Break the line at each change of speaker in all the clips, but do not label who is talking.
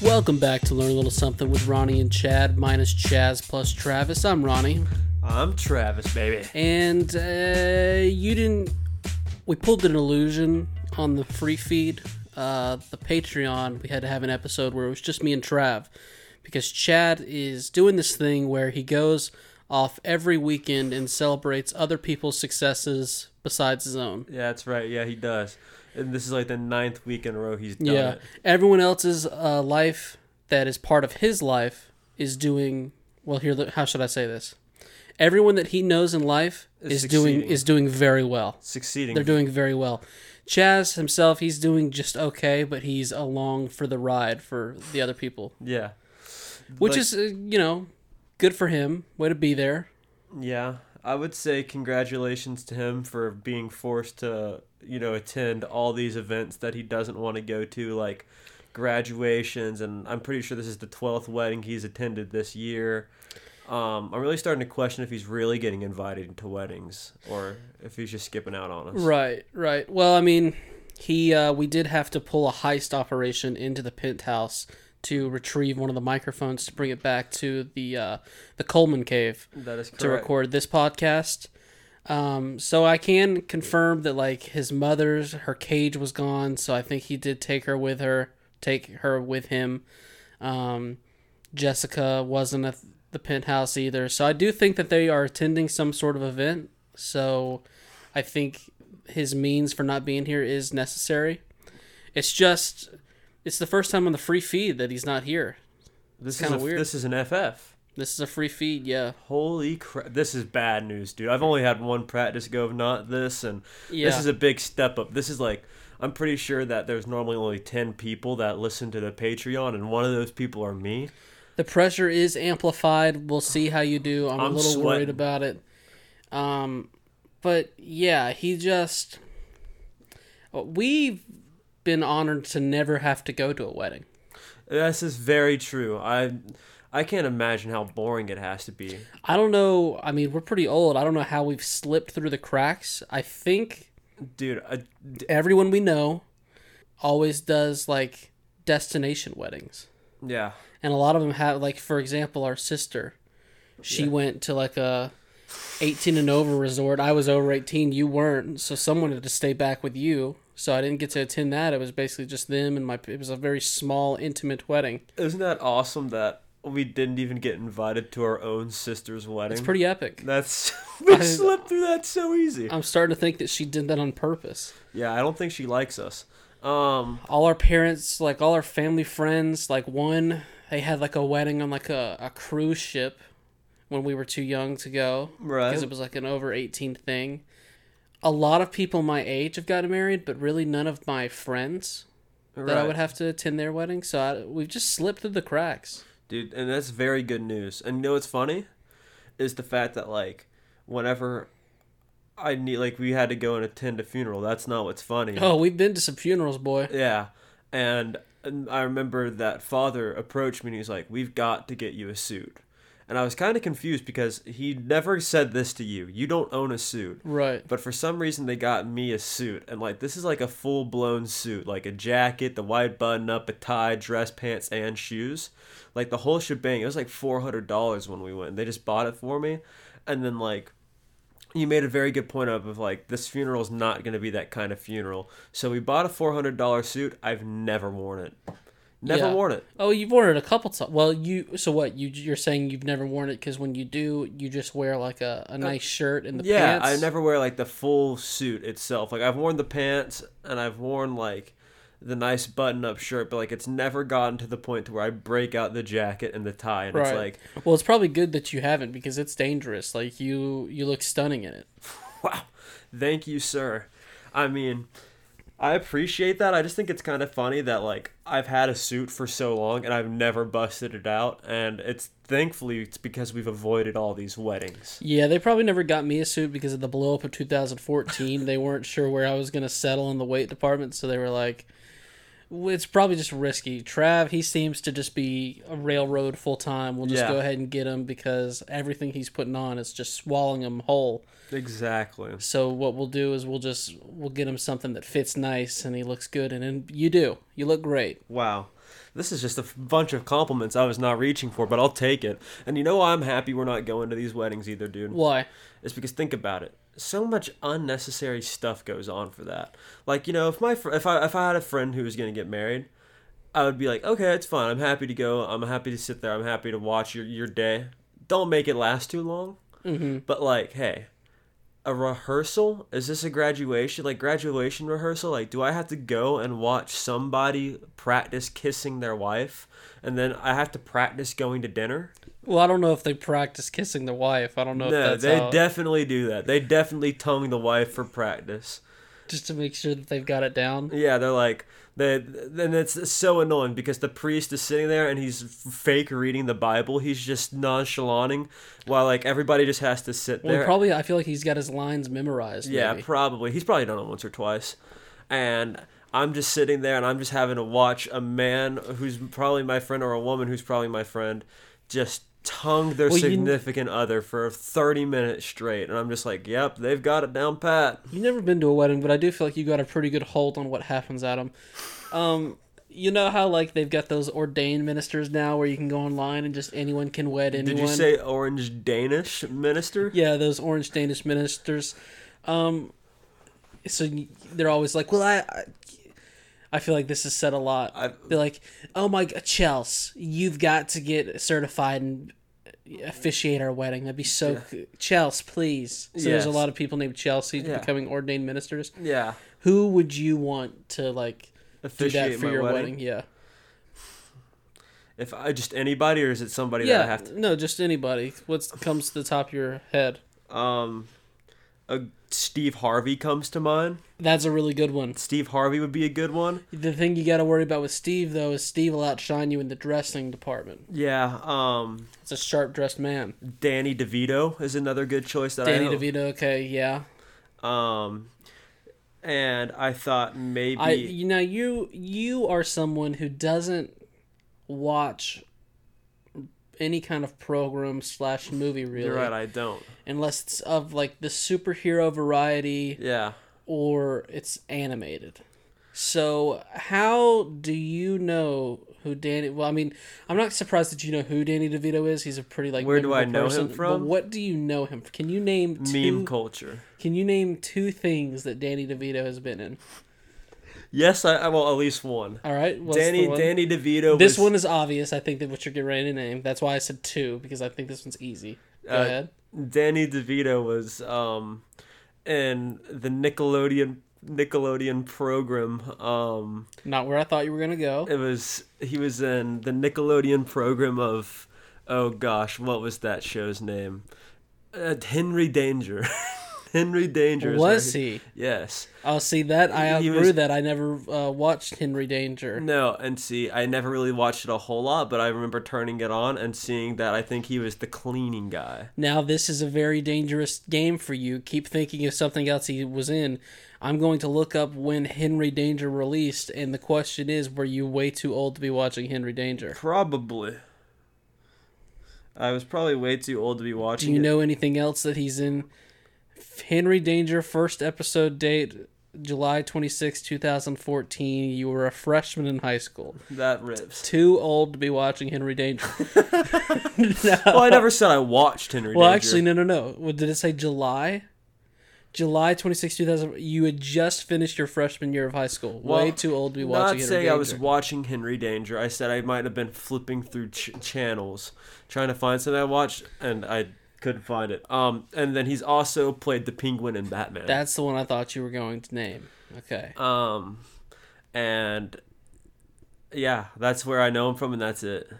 Welcome back to Learn a Little Something with Ronnie and Chad, minus Chaz plus Travis. I'm Ronnie,
I'm Travis, baby.
and uh, you didn't. We pulled an illusion on the free feed, uh, the Patreon. We had to have an episode where it was just me and Trav, because Chad is doing this thing where he goes off every weekend and celebrates other people's successes besides his own.
Yeah, that's right. Yeah, he does. And this is like the ninth week in a row he's done
Yeah.
it.
Everyone else's uh, life that is part of his life is doing well. Here, look- how should I say this? Everyone that he knows in life is,
Is
doing
succeeding.
is doing very well.
Succeeding.
They're doing very well. Chaz himself, he's doing just okay, but he's along for the ride for the other people,
yeah.
which
Like-
is uh, you know good for him. Way to be there.
Yeah. I would say congratulations to him for being forced to, you know, attend all these events that he doesn't want to go to, like graduations. And I'm pretty sure this is the 12th wedding he's attended this year. Um, I'm really starting to question if he's really getting invited to weddings or if he's just skipping out on us.
Right, right. Well, I mean, he uh, we did have to pull a heist operation into the penthouse to retrieve one of the microphones to bring it back to the uh, the Coleman Cave
That is correct.
to record this podcast. Um, so I can confirm that like his mother's her cage was gone, so I think he did take her with her, take her with him. Um, Jessica wasn't at the penthouse either, so I do think that they are attending some sort of event. So I think his means for not being here is necessary. It's just it's the first time on the free feed that he's not here.
This is
kinda
a-
weird.
This is an FF.
This is a free feed, yeah.
Holy crap! This is bad news, dude. I've only had one practice go of not this, and
Yeah.
this is a big step up. This is like I'm pretty sure that there's normally only ten people that listen to the Patreon, and one of those people are me.
The pressure is amplified. We'll see how you do. I'm, a
I'm
little worried
sweating.
about it. Um, but yeah, he just. uh, We've been honored to never have to go to a wedding.
This is very true. I I can't imagine how boring it has to be.
I don't know. I mean, we're pretty old. I don't know how we've slipped through the cracks. I think
Dude, I,
everyone we know always does like destination weddings.
yeah,
and a lot of them have like for example our sister she went to like a 18 and over resort i was over 18 you weren't so someone had to stay back with you so i didn't get to attend that it was basically just them and my it was a very small intimate wedding
isn't that awesome that we didn't even get invited to our own sister's wedding?
it's pretty epic
That's we
I-
slipped through that so easy.
i'm starting to think that she did that on purpose
yeah, I don't think she likes us. Um,
all our parents like all our family friends like one they had like a wedding on like a, a cruise ship when we were too young to go
right.
because it was like an over 18 thing. A lot of people my age have gotten married, but really none of my friends that I
Right.
would have to attend their wedding. So I, we've just slipped through the cracks.
dude and that's very good news and you know what's funny is the fact that like whenever i need like we had to go and attend a funeral that's not what's funny
Oh, we've been to some funerals, boy.
yeah and, and i remember that father approached me and he's like we've got to get you a suit and i was kind of confused because he never said this to you you don't own a suit
Right.
but for some reason they got me a suit and like this is like a full blown suit like a jacket the wide button up a tie dress pants and shoes like the whole shebang it was like $400 when we went they just bought it for me and then like you made a very good point of, of like this funeral's not going to be that kind of funeral so we bought a $400 suit i've never worn it never
Yeah.
worn it
Oh, you've worn it a couple times. Well, you. So what? You you're saying you've never worn it because when you do, you just wear like a, a nice shirt and the
Uh, Yeah,
pants.
I never wear like the full suit itself. Like I've worn the pants and I've worn like the nice button-up shirt, but like it's never gotten to the point to where I break out the jacket and the tie, and it's
Right.
like,
well, it's probably good that you haven't because it's dangerous. Like you, you look stunning in it.
wow, thank you, sir. I mean, I appreciate that. I just think it's kind of funny that like I've had a suit for so long and I've never busted it out, and it's thankfully it's because we've avoided all these weddings.
Yeah, they probably never got me a suit because of the blow up of 2014. they weren't sure where I was going to settle in the weight department, so they were like, "Well, it's probably just risky. Trav, he seems to just be a railroad full time. We'll just
Yeah.
go ahead and get him because everything he's putting on is just swallowing him whole.
Exactly.
So what we'll do is we'll just we'll get him something that fits nice and he looks good and, and you do. You look great.
Wow. This is just a f- bunch of compliments I was not reaching for, but I'll take it. And you know why I'm happy we're not going to these weddings either, dude?
Why?
is because think about it. So much unnecessary stuff goes on for that. Like you know, if my fr- if I if I had a friend who was gonna get married, I would be like, okay, it's fine. I'm happy to go. I'm happy to sit there. I'm happy to watch your your day. Don't make it last too long. Mm-hmm. But like, hey, a rehearsal? Is this a graduation? Like graduation rehearsal? Like, do I have to go and watch somebody practice kissing their wife, and then I have to practice going to dinner?
Well, I don't know if they practice kissing the wife. I don't know
No,
if that's
they
how,
definitely do that. They definitely tongue the wife for practice.
just to make sure that they've got it down.
Yeah, they're like they then it's so annoying because the priest is sitting there and he's fake reading the Bible. He's just nonchalanting while like everybody just has to sit
Well,
there.
probably I feel like he's got his lines memorized.
yeah,
maybe.
probably. He's probably done it once or twice. And I'm just sitting there and I'm just having to watch a man who's probably my friend or a woman who's probably my friend just tongue their
Well, you-
significant other for 30 minutes straight and I'm just like, "Yep, they've got it down pat."
You've never been to a wedding, but I do feel like you got a pretty good hold on what happens at them. Um, you know how like they've got those ordained ministers now, where you can go online and just anyone can wed anyone.
Did you say orange Danish minister?
Yeah, those orange Danish ministers. Um, so y- they're always like, "Well, I." I I feel like this is said a lot.
I've-
They're like, "Oh my God, Chels, you've got to get certified and uh, officiate our wedding. That'd be so c Chels, please." So there's a
Yes.
lot of people named Chelsea
Yeah.
becoming ordained ministers.
Yeah.
Who would you want to like do that
Officiate
for
my
your
wedding.
wedding? Yeah,
If I just anybody or is it somebody that I
yeah.
have
No, just anybody. What comes to the top of your head?
to um a Steve Harvey comes to mind.
That's a really good one.
Steve Harvey would be a good one.
The thing you got to worry about with Steve though is Steve will outshine you in the dressing department.
Yeah, um
It's a sharp dressed man.
Danny DeVito is another good choice that
Danny
I
DeVito, okay, yeah.
DeVito. Um and I thought maybe
I you know you you are someone who doesn't watch any kind of program slash movie really
you're right, I don't.
unless it's of like the superhero variety
Yeah.
or it's animated. So how do you know who Danny? Well, I mean, I'm not surprised that you know who Danny DeVito is. He's a pretty like
Where do I
memorable
know
person,
him
but
from?
what do you know him? From? Can you name
Meme
two?
culture.
Can you name two things that Danny DeVito has been in?
Yes, I I- well at least one.
All right, what's
Danny
the one?
Danny DeVito
This
was,
one is obvious. I think that what you're getting ready to name. That's why I said two because I think this one's easy. Go
Uh,
ahead.
Danny DeVito was um in the Nickelodeon Nickelodeon program. Um
Not where I thought you were gonna go.
it was he was in the Nickelodeon program of oh gosh, what was that show's name? Uh, Henry Danger. Henry Danger. is where
Was he?
Yes.
Oh, see that I
He
outgrew
was-
that. I never uh, watched Henry Danger.
No, and see, I never really watched it a whole lot, but I remember turning it on and seeing that I think he was the cleaning guy.
Now this is a very dangerous game for you. Keep thinking of something else he was in. I'm going to look up when Henry Danger released, and the question is, were you way too old to be watching Henry Danger?
Probably. I was probably way too old to be watching
Do you
it.
know anything else that he's in? Henry Danger, first episode date, July 26, 2014. You were a freshman in high school.
That rips.
Too old to be watching Henry Danger. No.
Well, I never said I watched Henry.
Well,
Danger.
actually, no, no, no. What, did it say July? July 26, 2000. You had just finished your freshman year of high school. Way
Well,
too old to be
not
watching
saying
Henry
I was
Danger.
watching Henry Danger. I said I might have been flipping through ch- channels trying to find something I watched, and I couldn't find it. Um, and then he's also played the Penguin in Batman.
That's the one I thought you were going to name. Okay.
um, and yeah, that's where I know him from, and that's it.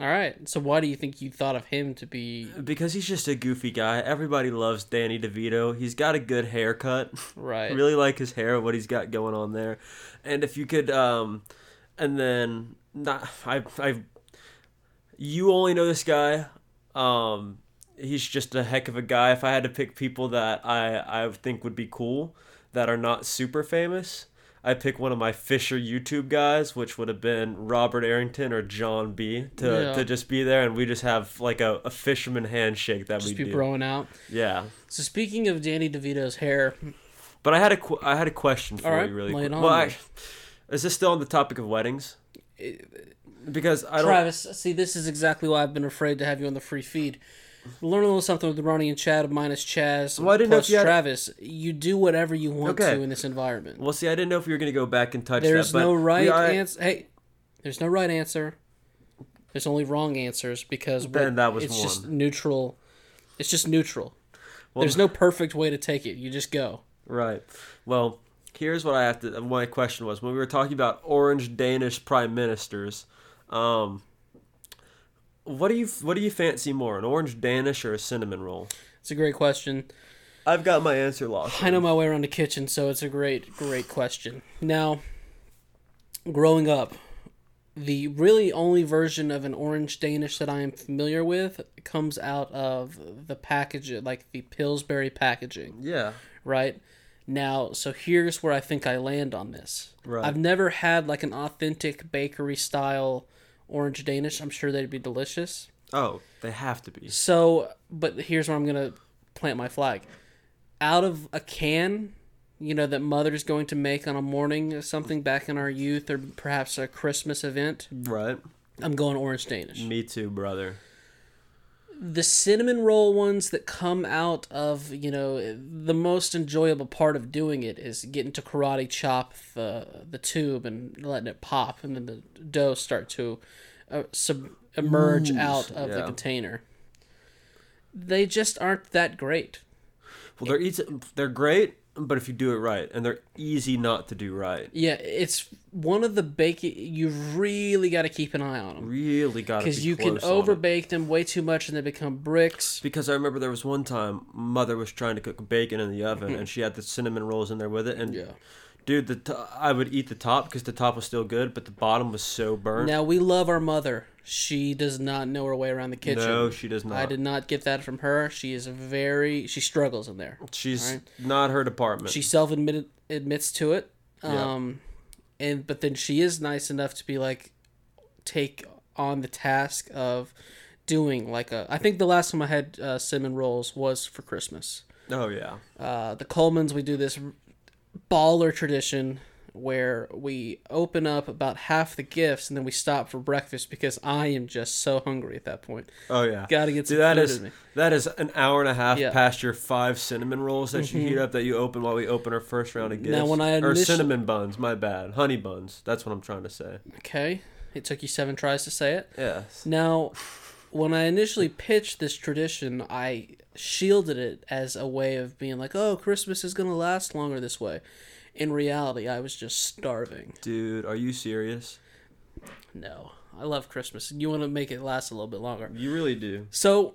All right. So why do you think you thought of him to be
Because he's just a goofy guy. Everybody loves Danny DeVito. He's got a good haircut.
right?
really like his hair what he's got going on there and if you could um and then not i i you only know this guy um he's just a heck of a guy if i had to pick people that i i think would be cool that are not super famous I pick one of my Fisher YouTube guys, which would have been Robert Arrington or John B, to,
Yeah.
to just be there, and we just have like a, a fisherman handshake that
Just be
we do.
throwing out.
Yeah,
So speaking of Danny DeVito's hair,
But I had a qu- I had a question for
All right,
you really
lay it
quick.
on
Well,
me.
I, is this still on the topic of weddings? because I don't.
Travis, see, this is exactly why I've been afraid to have you on the free feed. Learn a little something with Ronnie and Chad minus Chaz
Well, I didn't know
plus
if you had-
Travis. You do whatever you want
Okay.
to in this environment.
Well, see, I didn't know if we were gonna go back and touch
There's
that. but
no
we
right
are-
answer. Hey, there's no right answer. There's only wrong answers because
Then
what-
that was
it's
one.
just neutral. It's just neutral. there's no perfect way to take it. You just go.
Right. Well, here's what I have to. My question was when we were talking about orange Danish prime ministers. Um, what do you what do you fancy more, an orange Danish or a cinnamon roll?
It's a great question.
I've got my answer locked.
I know my way around the kitchen, so it's a great, great question. Now, growing up, the really only version of an orange Danish that I am familiar with comes out of the package, like the Pillsbury packaging,
Yeah.
right? Now, so here's where I think I land on this.
Right.
I've never had like an authentic bakery style orange Danish. I'm sure they'd be delicious.
Oh, they have to be.
So, but here's where I'm gonna plant my flag. Out of a can, you know, that mother's going to make on a morning or something back in our youth or perhaps a Christmas event,
Right.
I'm going orange Danish.
Me too, brother.
The cinnamon roll ones that come out of, you know, the most enjoyable part of doing it is getting to karate chop the the tube and letting it pop and then the dough start to uh, sub- emerge out of the
yeah.
container. They just aren't that great.
Well, they're easy, they're great, but if you do it right, and they're easy not to do right.
Yeah, it's one of the baking. You've really got to keep an eye on them
Really got to
because you can
over.
overbake them way too much and they become bricks.
Because I remember there was one time mother was trying to cook bacon in the oven, and she had the cinnamon rolls in there with it, and
Yeah.
dude, the t- I would eat the top because the top was still good, but the bottom was so burnt.
Now we love our mother. She does not know her way around the kitchen.
No, she does not.
I did not get that from her. She is very. She struggles in there.
She's not her department.
She self admitted admits to it. Um, and but then she is nice enough to be like, take on the task of doing like a. I think the last time I had uh, cinnamon rolls was for Christmas.
oh yeah,
uh, the Colemans, we do this baller tradition where we open up about half the gifts and then we stop for breakfast because I am just so hungry at that point.
oh yeah.
Gotta get some
Dude, that
food
is
in me.
that is an hour and a half
Yeah. Mm-hmm.
past your five cinnamon rolls that you heat up that you open while we open our first round of gifts.
when I
or
initial-
cinnamon buns, my bad, honey buns. That's what I'm trying to say.
Okay, it took you seven tries to say it.
Yes.
Now, when I initially pitched this tradition, I shielded it as a way of being like, oh, Christmas is gonna last longer this way. In reality, I was just starving.
Dude, are you serious?
No, I love Christmas. You want to make it last a little bit longer.
You really do.
So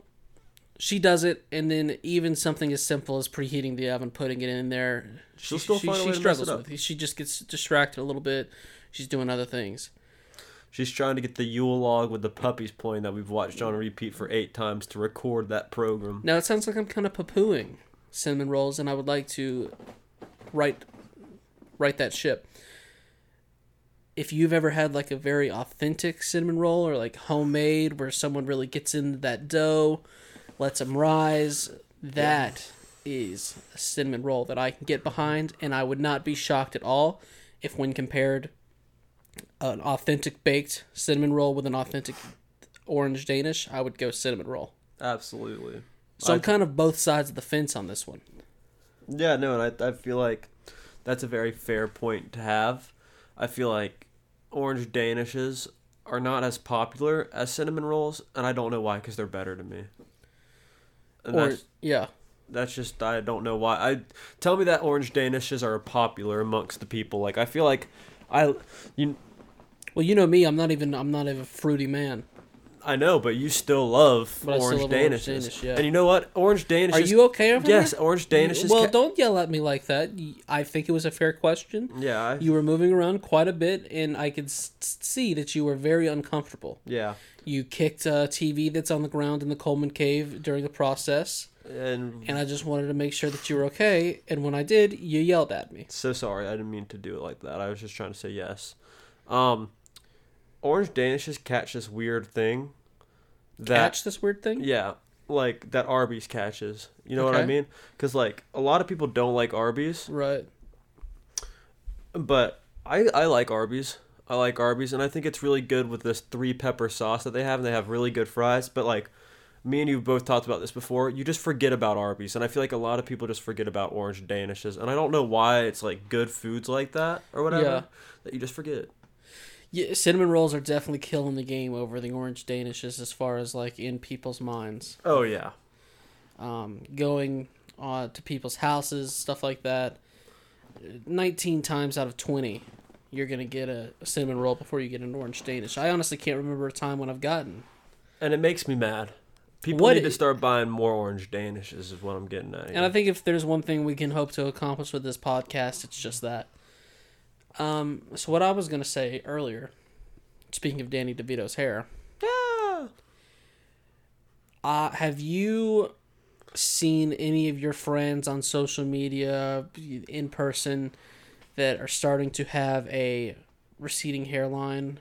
she does it, and then even something as simple as preheating the oven, putting it in there,
She'll still find a way to mess it up.
with. it. She just gets distracted a little bit. She's doing other things.
She's trying to get the Yule log with the puppies playing that we've watched on repeat for eight times to record that program.
Now it sounds like I'm kind of poo-pooing cinnamon rolls, and I would like to write write that ship. If you've ever had like a very authentic cinnamon roll or like homemade, where someone really gets into that dough, lets them rise, that is a cinnamon roll that I can get behind, and I would not be shocked at all if, when compared, an authentic baked cinnamon roll with an authentic orange Danish, I would go cinnamon roll.
Absolutely.
So I'm kind of both sides of the fence on this one.
Yeah, no, and I, I feel like that's a very fair point to have. I feel like orange danishes are not as popular as cinnamon rolls, and I don't know why because they're better to me. And
Or
that's
yeah,
that's just I don't know why. I tell me that orange danishes are popular amongst the people. Like I feel like I you
well you know me, I'm not even I'm not even a fruity man.
I know, but you still love
But I
orange
still love orange
danishes.
Danish, yeah.
And you know what? Orange danishes.
Are you okay over
Yes,
there?
orange danishes.
Well,
ca-
don't yell at me like that. Y- I think it was a fair question.
Yeah. I-
You were moving around quite a bit, and I could s- see that you were very uncomfortable.
yeah.
You kicked a TV that's on the ground in the Coleman Cave during the process,
And
and I just wanted to make sure that you were okay. And when I did, you yelled at me.
So sorry, I didn't mean to do it like that. I was just trying to say yes. Um, orange danishes catch this weird thing. That
Catch this weird thing?
yeah, like that Arby's catches. You know what I
Okay.
mean? Because like a lot of people don't like Arby's,
Right.
but I I like Arby's. I like Arby's, and I think it's really good with this three pepper sauce that they have, and they have really good fries. But like, me and you both talked about this before. You just forget about Arby's, and I feel like a lot of people just forget about orange danishes, and I don't know why it's like good foods like that or whatever
Yeah.
that you just forget.
Yeah, cinnamon rolls are definitely killing the game over the orange danishes as far as like in people's minds.
Oh yeah,
Um, going uh, to people's houses, stuff like that. 19 times out of 20, you're going to get a, a cinnamon roll before you get an orange danish. I honestly can't remember a time when I've gotten.
and it makes me mad. People
What
need to
i-
start buying more orange danishes. Is what I'm getting at.
And I think if there's one thing we can hope to accomplish with this podcast, it's just that. Um, so what I was gonna say earlier, speaking of Danny DeVito's hair,
yeah.
uh, have you seen any of your friends on social media, in person, that are starting to have a receding hairline,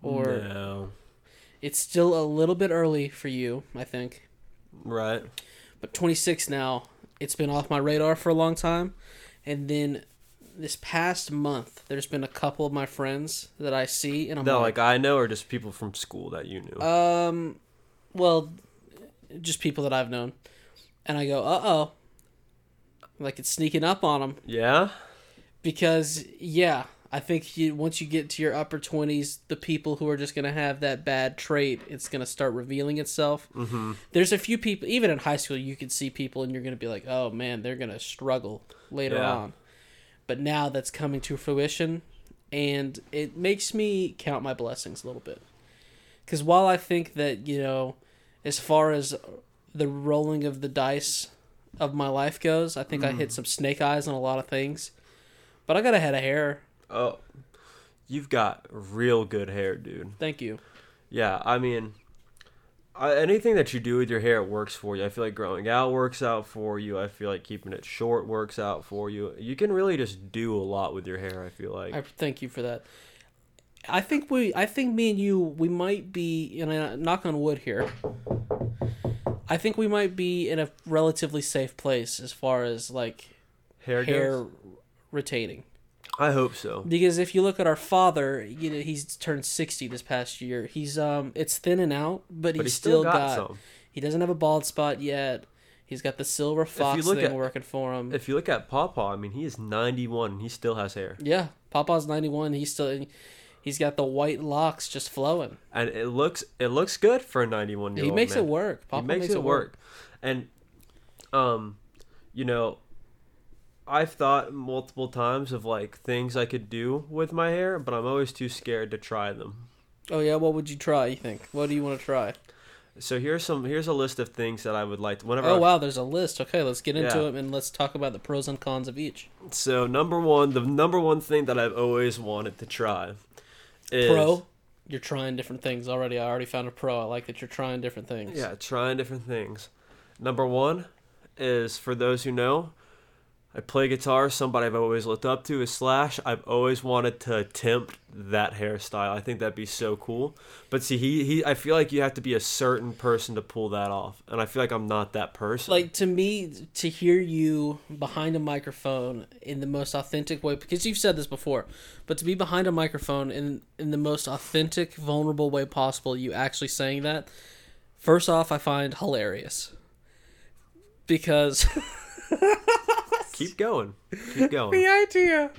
or
no.
it's still a little bit early for you, I think.
right.
but 26 now. It's been off my radar for a long time. And then this past month, there's been a couple of my friends that I see, and I'm
No,
like,
like I know, or just people from school that you knew.
um, well, just people that I've known. And I go, uh oh. Like it's sneaking up on them.
yeah.
Because, yeah, I think you, once you get to your upper 20s, the people who are just going to have that bad trait, it's going to start revealing itself. Mm-hmm. There's a few people, even in high school, you could see people and you're going to be like, oh man, they're going to struggle later
Yeah.
on. But now that's coming to fruition, and it makes me count my blessings a little bit. Because while I think that, you know, as far as the rolling of the dice of my life goes, I think I hit some snake eyes on a lot of things. But I got a head of hair.
Oh, you've got real good hair, dude.
Thank you.
Yeah, I mean, I, anything that you do with your hair it works for you. I feel like growing out works out for you. I feel like keeping it short works out for you. You can really just do a lot with your hair. I feel like.
I thank you for that. I think we, I think me and you, we might be, and I knock on wood here. I think we might be in a relatively safe place as far as like
hair.
hair
Goes?
retaining.
I hope so.
Because if you look at our father, you know he's turned sixty this past year. He's um, it's thinning out, but he's
But he
still,
still got,
got.
some.
He doesn't have a bald spot yet. He's got the silver fox
look
thing
at-
working for him.
If you look at Pawpaw, I mean, he is 91 and he still has hair.
Yeah, Papa's ninety one. He's still, he's got the white locks just flowing.
and it looks it looks good for a 91 year
He
old.
makes
man.
it work. Papa
he makes, it work. and um, you know, I've thought multiple times of like things I could do with my hair, but I'm always too scared to try them.
Oh yeah, what would you try? You think? What do you want to try?
So here's some here's a list of things that I would like. To, whenever
Oh
I-
wow, there's a list. Okay, let's get into
Yeah.
it and let's talk about the pros and cons of each.
so number one, the number one thing that I've always wanted to try is
Pro, you're trying different things already. I already found a pro. I like that you're trying different things.
Yeah, trying different things. Number one is for those who know, I play guitar. Somebody I've always looked up to is Slash. I've always wanted to attempt that hairstyle. I think that'd be so cool. But see, he, he I feel like you have to be a certain person to pull that off, and I feel like I'm not that person.
Like to me, to hear you behind a microphone in the most authentic way, because you've said this before, but to be behind a microphone in in the most authentic, vulnerable way possible, you actually saying that, first off, I find hilarious. Because
keep going, keep
the
going,
idea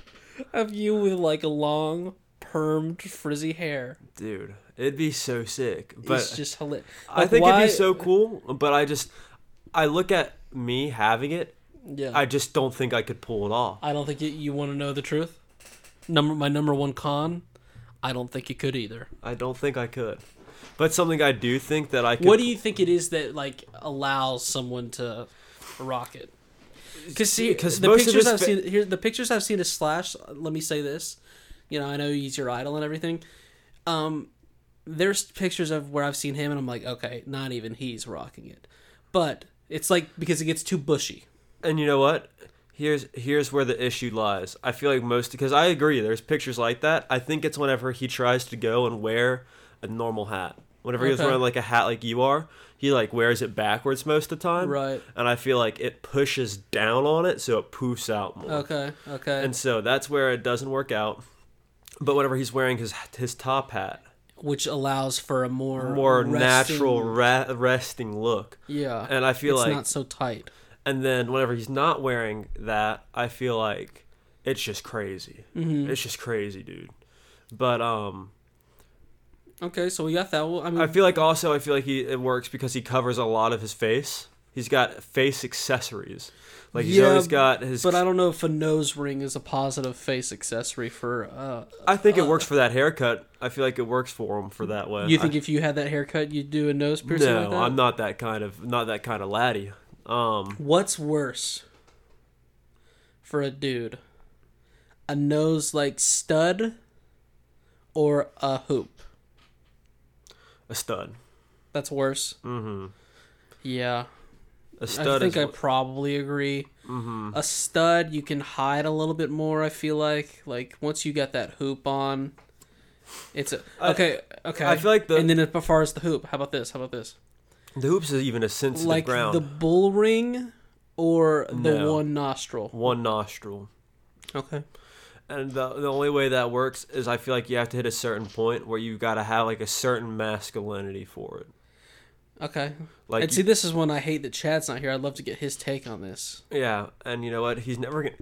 of you with like long permed frizzy hair
dude. It'd be so sick. But
is just hilarious.
I think it'd be so cool. But I just, I look at me having it.
Yeah,
I just don't think I could pull it off.
I don't think you, you want to know the truth. Number my number one con, I don't think you could either.
I don't think I could. But something I do think that I could.
What do you think it is that like allows someone to rock it? Because see,
'Cause
the
most of
pictures
his
I've
fa-
seen here, the pictures I've seen of Slash. Let me say this, you know, I know he's your idol and everything. Um, there's pictures of where I've seen him, and I'm like, okay, not even he's rocking it. But it's like because it gets too bushy.
And you know what? Here's here's where the issue lies. I feel like most because I agree. There's pictures like that. I think it's whenever he tries to go and wear a normal hat. Whenever he was
Okay.
wearing like a hat like you are, he like wears it backwards most of the time.
Right.
And I feel like it pushes down on it, so it poofs out more.
Okay. Okay.
And so that's where it doesn't work out. But whenever he's wearing his his top hat,
which allows for a more
more
resting-
natural ra- resting look.
Yeah,
And I feel
it's
like
not so tight.
and then whenever he's not wearing that, I feel like it's just crazy.
Mm-hmm.
It's just crazy, dude. But um
Okay, so we got that. Well, I mean,
I feel like also I feel like he it works because he covers a lot of his face. He's got face accessories. Like he's
Yeah,
always got his
but I don't know if a nose ring is a positive face accessory for. Uh,
I think it works for that haircut. I feel like it works for him for that way.
you think
Uh, I,
if you had that haircut, you'd do a nose piercing?
No,
like that?
I'm not that kind of not that kind of laddie. Um
What's worse for a dude? A nose like stud or a hoop?
a stud.
That's worse. Mm-hmm. Yeah.
A stud
I think
is
I probably agree. Mm-hmm. A stud, you can hide a little bit more. I feel like, like once you got that hoop on, it's a, okay. Okay,
I feel like the-
and then as far as the hoop, how about this? How about this?
the hoops is even a sensitive
Like
ground.
the bull ring or the
No.
one nostril?
One nostril.
Okay,
And the, the only way that works is I feel like you have to hit a certain point where you got to have like a certain masculinity for it.
okay.
Like
and see, this is one I hate that Chad's not here. I'd love to get his take on this.
yeah, and you know what? He's never gonna.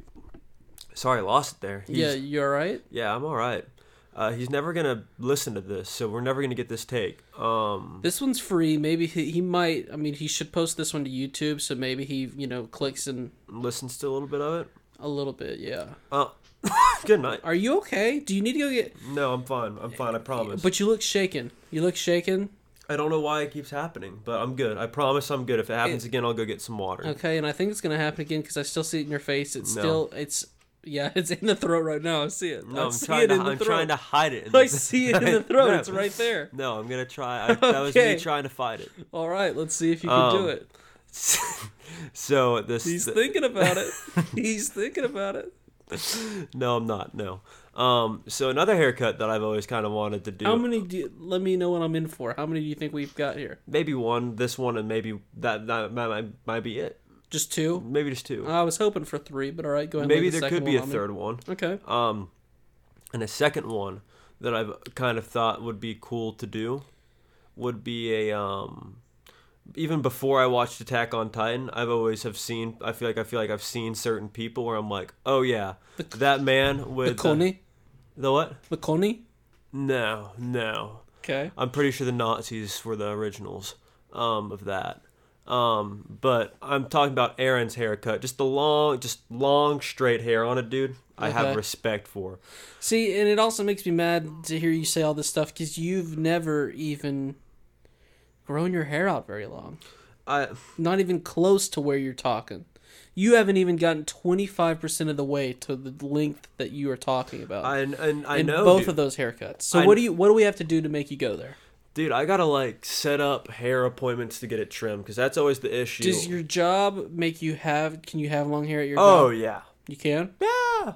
Sorry, I lost it there. He's,
yeah, you all right?
yeah, I'm all right. Uh, he's never gonna listen to this, so we're never gonna get this take. Um,
This one's free. Maybe he, he might. I mean, he should post this one to YouTube, so maybe he, you know, clicks in
listens to a little bit of it.
a little bit. Yeah.
Uh, good night.
Are you okay? Do you need to go get?
No, I'm fine. I'm fine. I promise.
But you look shaken. You look shaken.
I don't know why it keeps happening, but I'm good. I promise I'm good. If it happens again, I'll go get some water.
Okay, and I think it's gonna happen again because I still see it in your face. It's still. It's yeah. It's in the throat right now. I see it. I
No, I'm
see
trying
it
to.
in the
I'm
throat.
trying to hide it. in
I
the-
see it in the throat.
No.
It's right there.
No, I'm gonna try. I, That was me
Okay.
trying to fight it.
All right. Let's see if you can do
Um,
it.
so this.
He's thinking about it. He's thinking about it.
no, I'm not. No. Um. So another haircut that I've always kind of wanted to do.
How many do? You, let me know what I'm in for. How many do you think we've got here?
maybe one. This one, and maybe that that might, might, might be it.
Just two.
Maybe just two.
I was hoping for three, but all right. Go ahead. and
maybe
leave Uh, the
there
second
could be a
one on me.
third one.
Okay.
Um, and a second one that I've kind of thought would be cool to do would be a um. Even before I watched Attack on Titan, I've always have seen. I feel like I feel like I've seen certain people where I'm like, oh yeah, that man with the-
Coney.
The what?
The Coney.
No, no.
Okay.
I'm pretty sure the Nazis were the originals um, of that. Um, but I'm talking about Aaron's haircut, just the long, just long straight hair on a dude. I
Okay.
have respect for.
See, and it also makes me mad to hear you say all this stuff because you've never even grown your hair out very long.
I
Not even close to where you're talking. You haven't even gotten 25% of the way to the length that you are talking about.
I and I
in
know
both
dude,
of those haircuts. So
I-
what do you what do we have to do to make you go there?
dude, I gotta like set up hair appointments to get it trimmed because that's always the issue.
Does your job make you have can you have long hair at your
oh
job?
yeah,
You can?
yeah,
All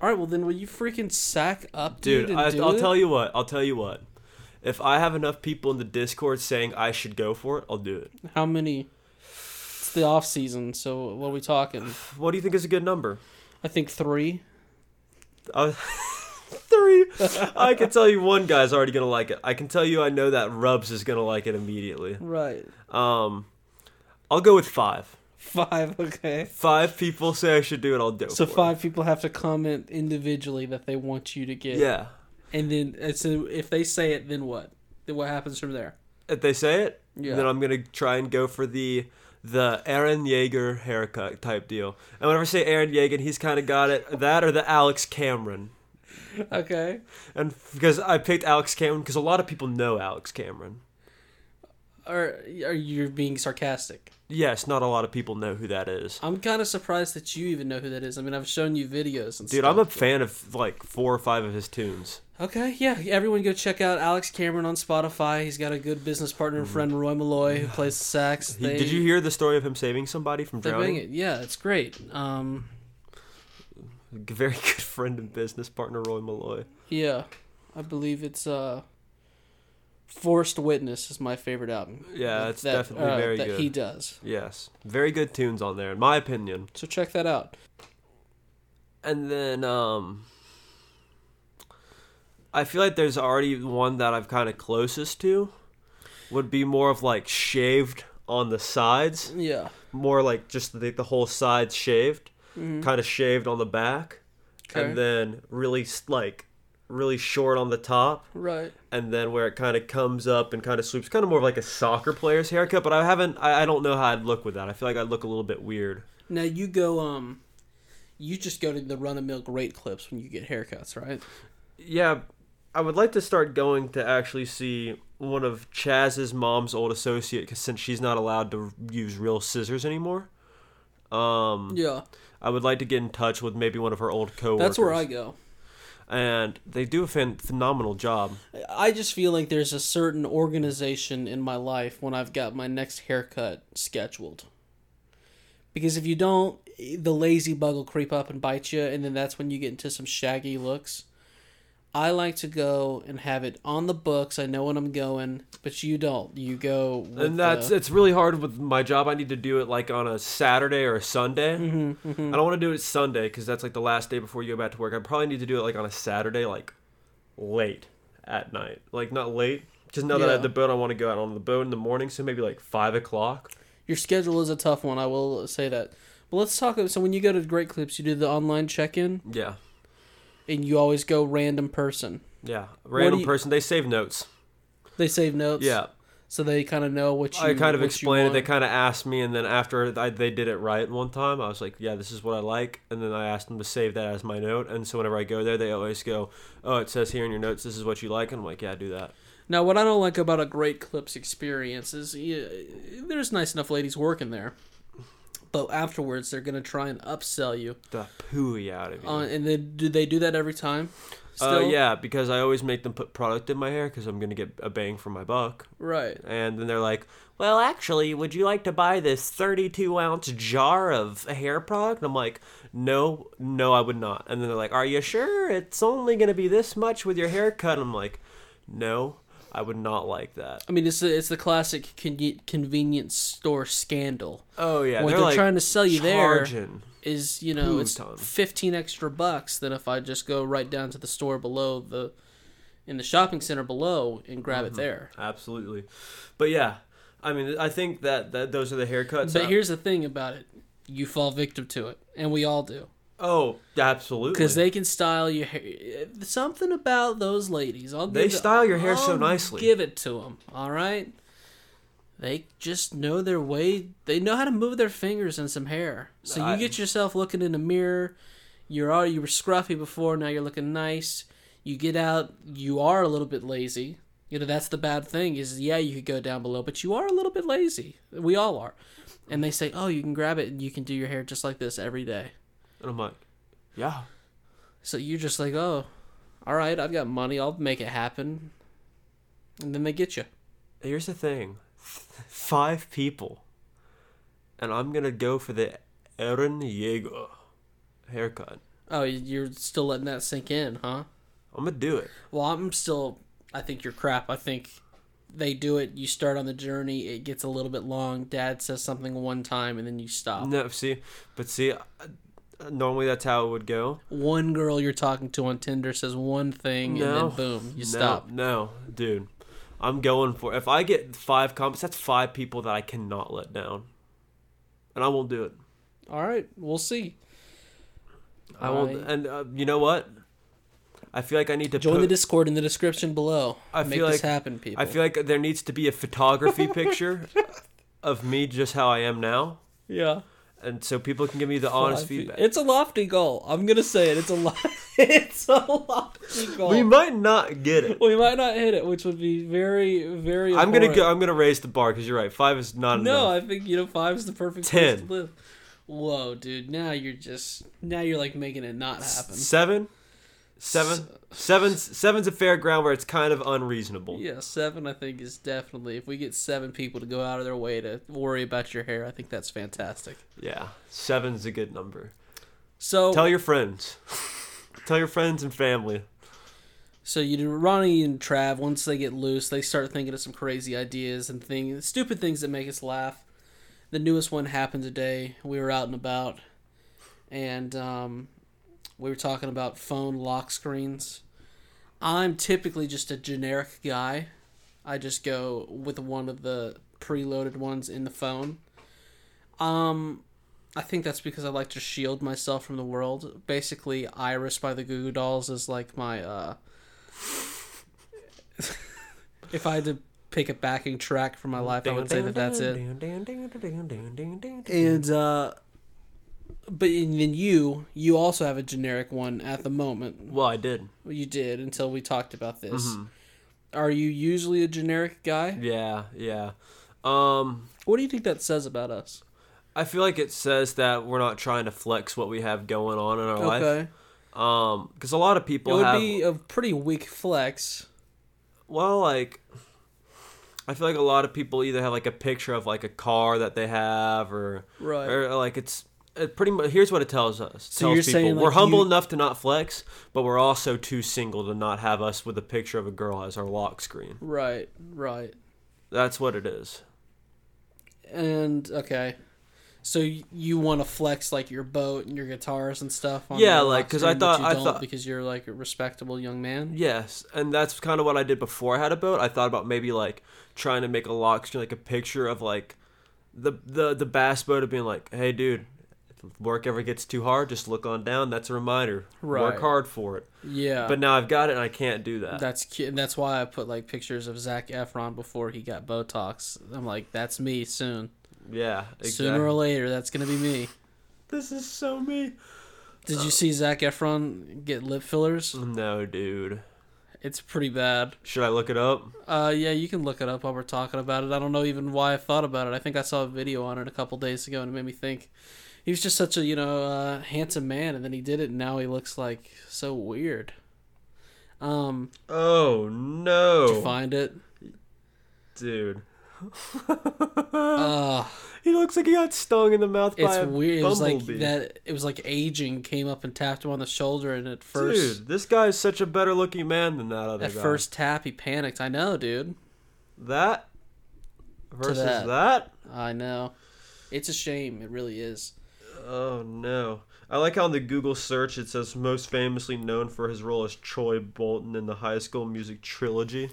right, well then will you freaking sack up dude,
dude. I,
and do
I'll
it?
tell you what. I'll tell you what. If I have enough people in the Discord saying I should go for it, I'll do it.
How many It's the off season, so what are we talking?
What do you think is a good number?
I think 3.
Uh, three. I can tell you one guy's already gonna like it. I can tell you I know that Rubs is gonna like it immediately.
Right.
Um, I'll go with five.
Five, okay.
Five people say I should do it. I'll do it.
So
for
five people have to comment individually that they want you to
it.
get.
Yeah.
And then and so if they say it, then what? Then what happens from there?
If they say it,
Yeah.
then I'm gonna try and go for the the Aaron Yeager haircut type deal. And whenever I say Aaron Yeager, he's kind of got it. That or the Alex Cameron.
Okay.
And because I picked Alex Cameron because a lot of people know Alex Cameron.
Or are you being sarcastic?
Yes, not a lot of people know who that is.
I'm kind of surprised that you even know who that is. I mean, I've shown you videos and
Dude,
stuff.
I'm a fan of like four or five of his tunes.
Okay, yeah. Everyone go check out Alex Cameron on Spotify. He's got a good business partner and friend, Roy Malloy, who plays the sax.
He,
They,
did you hear the story of him saving somebody from
They bang
drowning?
it. Yeah, it's great. Um,
Very good friend and business partner, Roy Malloy.
yeah, I believe it's uh, Forced Witness is my favorite album.
Yeah, Uh, it's definitely very
that
good.
he does.
Yes, very good tunes on there, in my opinion.
So check that out.
And then, um, I feel like there's already one that I'm kind of closest to. Would be more of like shaved on the sides,
Yeah.
more like just the, the whole side shaved, kind of shaved on the back,
Okay.
and then really s- like really short on the top,
Right.
and then where it kind of comes up and kind of swoops, kind of more of like a soccer player's haircut. But I haven't, I, I don't know how I'd look with that. I feel like I'd look a little bit weird.
Now you go. Um, you just go to the run of milk rate clips when you get haircuts, right?
Yeah, I would like to start going to actually see one of Chaz's mom's old associate 'cause since she's not allowed to use real scissors anymore. Um,
Yeah.
I would like to get in touch with maybe one of her old coworkers.
That's where I go.
and they do a phen phenomenal job.
I just feel like there's a certain organization in my life when I've got my next haircut scheduled. Because if you don't, the lazy bug will creep up and bite you, and then that's when you get into some shaggy looks. I like to go and have it on the books. I know when I'm going, but you don't. You go. With uh,
and that's
the,
it's really hard with my job. I need to do it like on a Saturday or a Sunday.
Mm-hmm,
I don't want to do it Sunday because that's like the last day before you go back to work. I probably need to do it like on a Saturday, like late at night, like not late. Because now that I
Yeah.
have the boat, I want to go out on the boat in the morning, so maybe like five o'clock.
your schedule is a tough one. I will say that. But let's talk. So when you go to Great Clips, you do the online check-in,
Yeah,
and you always go random person.
yeah. Random
you-
person. They save notes.
They save notes.
Yeah,
So they kind of know what you.
I kind
what
of
you
explained it.
want.
They kind of asked me, and then after I, they did it right one time, I was like, "Yeah, this is what I like." And then I asked them to save that as my note. And so whenever I go there, they always go, "Oh, it says here in your notes, this is what you like." And I'm like, "Yeah, do that."
Now, what I don't like about a great clips experience is yeah, there's nice enough ladies working there, but afterwards they're gonna try and upsell you.
The pooey out of you.
Uh, and then do they do that every time?
Oh yeah, because I always make them put product in my hair because I'm gonna get a bang for my buck.
Right.
And then they're like, "Well, actually, would you like to buy this 32 ounce jar of hair product?" And I'm like, "No, no, I would not." And then they're like, "Are you sure? It's only gonna be this much with your haircut." I'm like, "No, I would not like that."
I mean, it's the, it's the classic con- convenience store scandal.
Oh yeah,
What
they're,
they're
like,
trying to sell you there-
charging.
Is you know it's
Pooton.
fifteen extra bucks than if I just go right down to the store below the, in the shopping center below and grab
Mm-hmm.
it there.
Absolutely, but yeah, I mean, I think that, that those are the haircuts.
But
I-
here's the thing about it: you fall victim to it, and we all do.
oh, absolutely,
because they can style your hair. Something about those ladies. I'll
They
give it-
style your hair so
I'll
nicely.
Give it to them. All right. They just know their way. They know how to move their fingers in some hair. So
I-
you get yourself looking in the mirror. You're all you were scruffy before. Now you're looking nice. You get out. You are a little bit lazy. You know that's the bad thing. Is yeah, you could go down below, but you are a little bit lazy. We all are. And they say, oh, you can grab it and you can do your hair just like this every day.
and I'm like, yeah.
So you're just like, oh, all right, I've got money. I'll make it happen. And then they get you.
Here's the thing five people. And I'm going to go for the Eren Yeager haircut.
Oh, y- you're still letting that sink in, huh?
I'm going to do it.
Well, I'm still. I think you're crap. I think they do it. You start on the journey. It gets a little bit long. Dad says something one time, and then you stop.
No, see, but see, uh, normally that's how it would go.
One girl you're talking to on Tinder says one thing,
No.
and then boom, you
no,
stop.
No, dude. I'm going for If I get five comments, that's five people that I cannot let down. And I won't do it.
All right, we'll see.
I won't.
Alright.
And uh, you know what? I feel like I need to
Join
put-
the Discord in the description below.
I
Make
feel
this
like-
happen, people.
I feel like there needs to be a photography picture of me just how I am now,
yeah.
and so people can give me the honest
Five feet.
feedback.
It's a lofty goal. I'm gonna say it. It's a lo- It's a lofty goal.
We
We,
might not get it.
might not hit it, which would be very, very.
I'm gonna
abhorrent.
go. I'm gonna raise the bar because you're right. Five is not
No,
enough.
I think you know five is the perfect place
Ten.
to live. Whoa, dude! Now you're just now you're like making it not happen.
Seven, seven, seven's seven's a fair ground where it's kind of unreasonable.
Yeah, seven I think is definitely. If we get seven people to go out of their way to worry about your hair, I think that's fantastic.
Yeah, seven's a good number.
So,
Tell your friends. Tell your friends and family.
So you do Ronnie and Trav. Once they get loose, they start thinking of some crazy ideas and things, stupid things that make us laugh. The newest one happened today. We were out and about, and um, we were talking about phone lock screens. I'm typically just a generic guy. I just go with one of the preloaded ones in the phone. Um, I think that's because I like to shield myself from the world. Basically, Iris by the Goo Goo Dolls is like my. uh If I had to pick a backing track for my life, I would say that that's it. And uh, but and then you you also have a generic one at the moment.
Well, I did.
You did until we talked about this. Are you usually a generic guy?
Mm-hmm. Yeah, yeah. Um,
What do you think that says about us?
I feel like it says that we're not trying to flex what we have going on in our life.
Okay,
Um, because a lot of
it
people
would
have
be a pretty weak flex.
well, like. I feel like a lot of people either have like a picture of like a car that they have, or
Right.
or like it's it pretty much. Here's what it tells us.
So
tells
you're
people,
saying, like,
we're humble
you-
enough to not flex, but we're also too single to not have us with a picture of a girl as our lock screen.
Right, right.
That's what it is.
And okay, so y- you want to flex like your boat and your guitars and stuff? On
Yeah,
your
like,
rock
'cause I
stream, but
thought-
you
I
don't
thought-
because you're like a respectable young man.
Yes, and that's kind of what I did before I had a boat. I thought about maybe like trying to make a lock screen, like a picture of like the the the bass boat of being like, hey, dude, if work ever gets too hard, just look on down. That's a reminder.
Right.
Work hard for it.
Yeah,
But now I've got it, and I can't do that.
That's cute. And that's why I put like pictures of Zach Efron before he got Botox. I'm like, that's me soon.
yeah,
Sooner or
exactly.
later, that's gonna be me.
This is so me.
Did
Uh,
you see Zach Efron get lip fillers?
No, dude.
It's pretty bad.
Should I look it up?
Uh, yeah, you can look it up while we're talking about it. I don't know even why I thought about it. I think I saw a video on it a couple days ago, and it made me think. He was just such a you know uh, handsome man, and then he did it, and now he looks like so weird. Um,
Oh
did you
no,
find it?
dude.
Uh,
He looks like he got stung in the mouth by
it's
a
weird. It was like
bumblebee.
that. It was like aging came up and tapped him on the shoulder, and at first,
Dude, this guy is such a better looking man than that other
at
guy.
first tap, he panicked. I know, dude.
that versus
that.
that.
I know. It's a shame. It really is.
Oh no! I like how in the Google search it says most famously known for his role as Troy Bolton in the High School Music trilogy.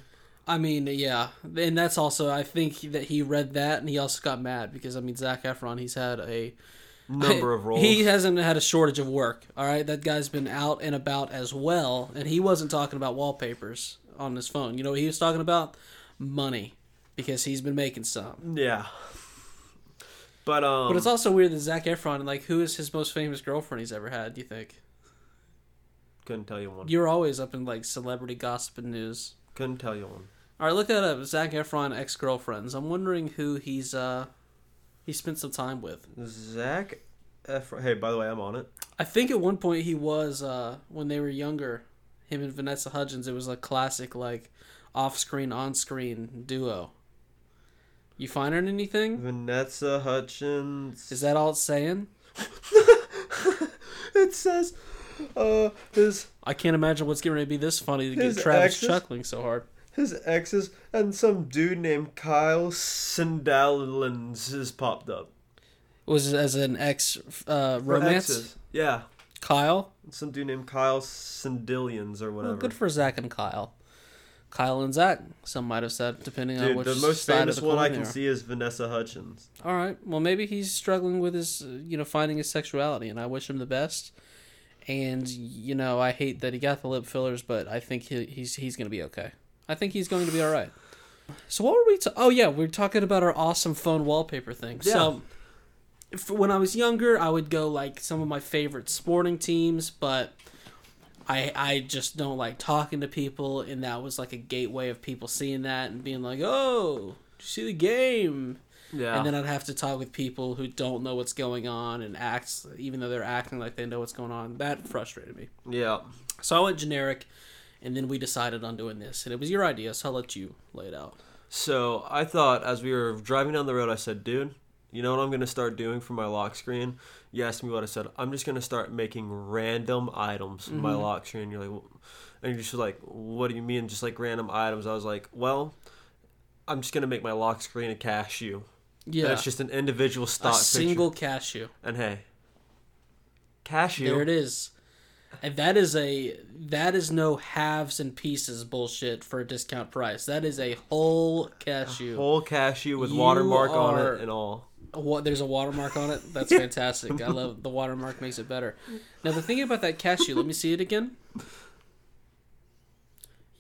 I mean, yeah, and that's also. I think that he read that, and he also got mad because I mean, Zach Efron, he's had a
Number of roles.
He hasn't had a shortage of work. All right, that guy's been out and about as well, and he wasn't talking about wallpapers on his phone. You know what he was talking about? Money, because he's been making some.
yeah. But um,
But it's also weird that Zach Efron, like, who is his most famous girlfriend he's ever had? Do you think?
couldn't tell you one.
You're always up in like celebrity gossip and news.
Couldn't tell you one.
All right, look that up. Zach Efron ex girlfriends. I'm wondering who he's uh he spent some time with.
Zach Efron. Hey, by the way, I'm on it.
I think at one point he was uh when they were younger, him and Vanessa Hudgens. It was a classic like off screen on screen duo. You find her in anything?
Vanessa Hutchins.
Is that all it's saying?
it says, uh, his
I can't imagine what's going to be this funny to get
His
Travis
exes?
chuckling so hard.
his exes and some dude named Kyle Sandalins has popped up.
Was it as an ex uh,
For
romance?
exes. Yeah.
Kyle.
Some dude named Kyle Sandillions or
Well,
whatever.
good for Zach and Kyle. Kyle and Zach, some might have said, depending on
dude,
which
the most
side
famous
of the
one I
coin
can
they are.
see is Vanessa Hutchins.
All right. Well, maybe he's struggling with his, uh, you know, finding his sexuality, and I wish him the best. And you know, I hate that he got the lip fillers, but I think he, he's he's going to be okay. I think he's going to be all right. So what were we? Ta- oh yeah, we were talking about our awesome phone wallpaper thing. So if, when I was younger, I would go like some of my favorite sporting teams, but I I just don't like talking to people, and that was like a gateway of people seeing that and being like, oh, did you see the game?
Yeah.
And then I'd have to talk with people who don't know what's going on and acts, even though they're acting like they know what's going on. That frustrated me.
yeah.
So I went generic, and then we decided on doing this. And it was your idea, so I'll let you lay it out.
So I thought as we were driving down the road, I said, dude, you know what I'm going to start doing for my lock screen? You asked me what I said. I'm just going to start making random items for
Mm-hmm.
my lock screen. You're like, "Wh-" and you're just like, what do you mean? Just like random items. I was like, well, I'm just going to make my lock screen a cashew. And
Yeah.
it's just an individual
a
stock
single cashew.
picture. And hey, cashew.
There it is. And that is a that is no halves and pieces bullshit for a discount price. That is a whole cashew.
Whole cashew with
You
watermark on
are-
it and all.
What there's a watermark on it. That's fantastic. I love the watermark makes it better. Now the thing about that cashew, let me see it again.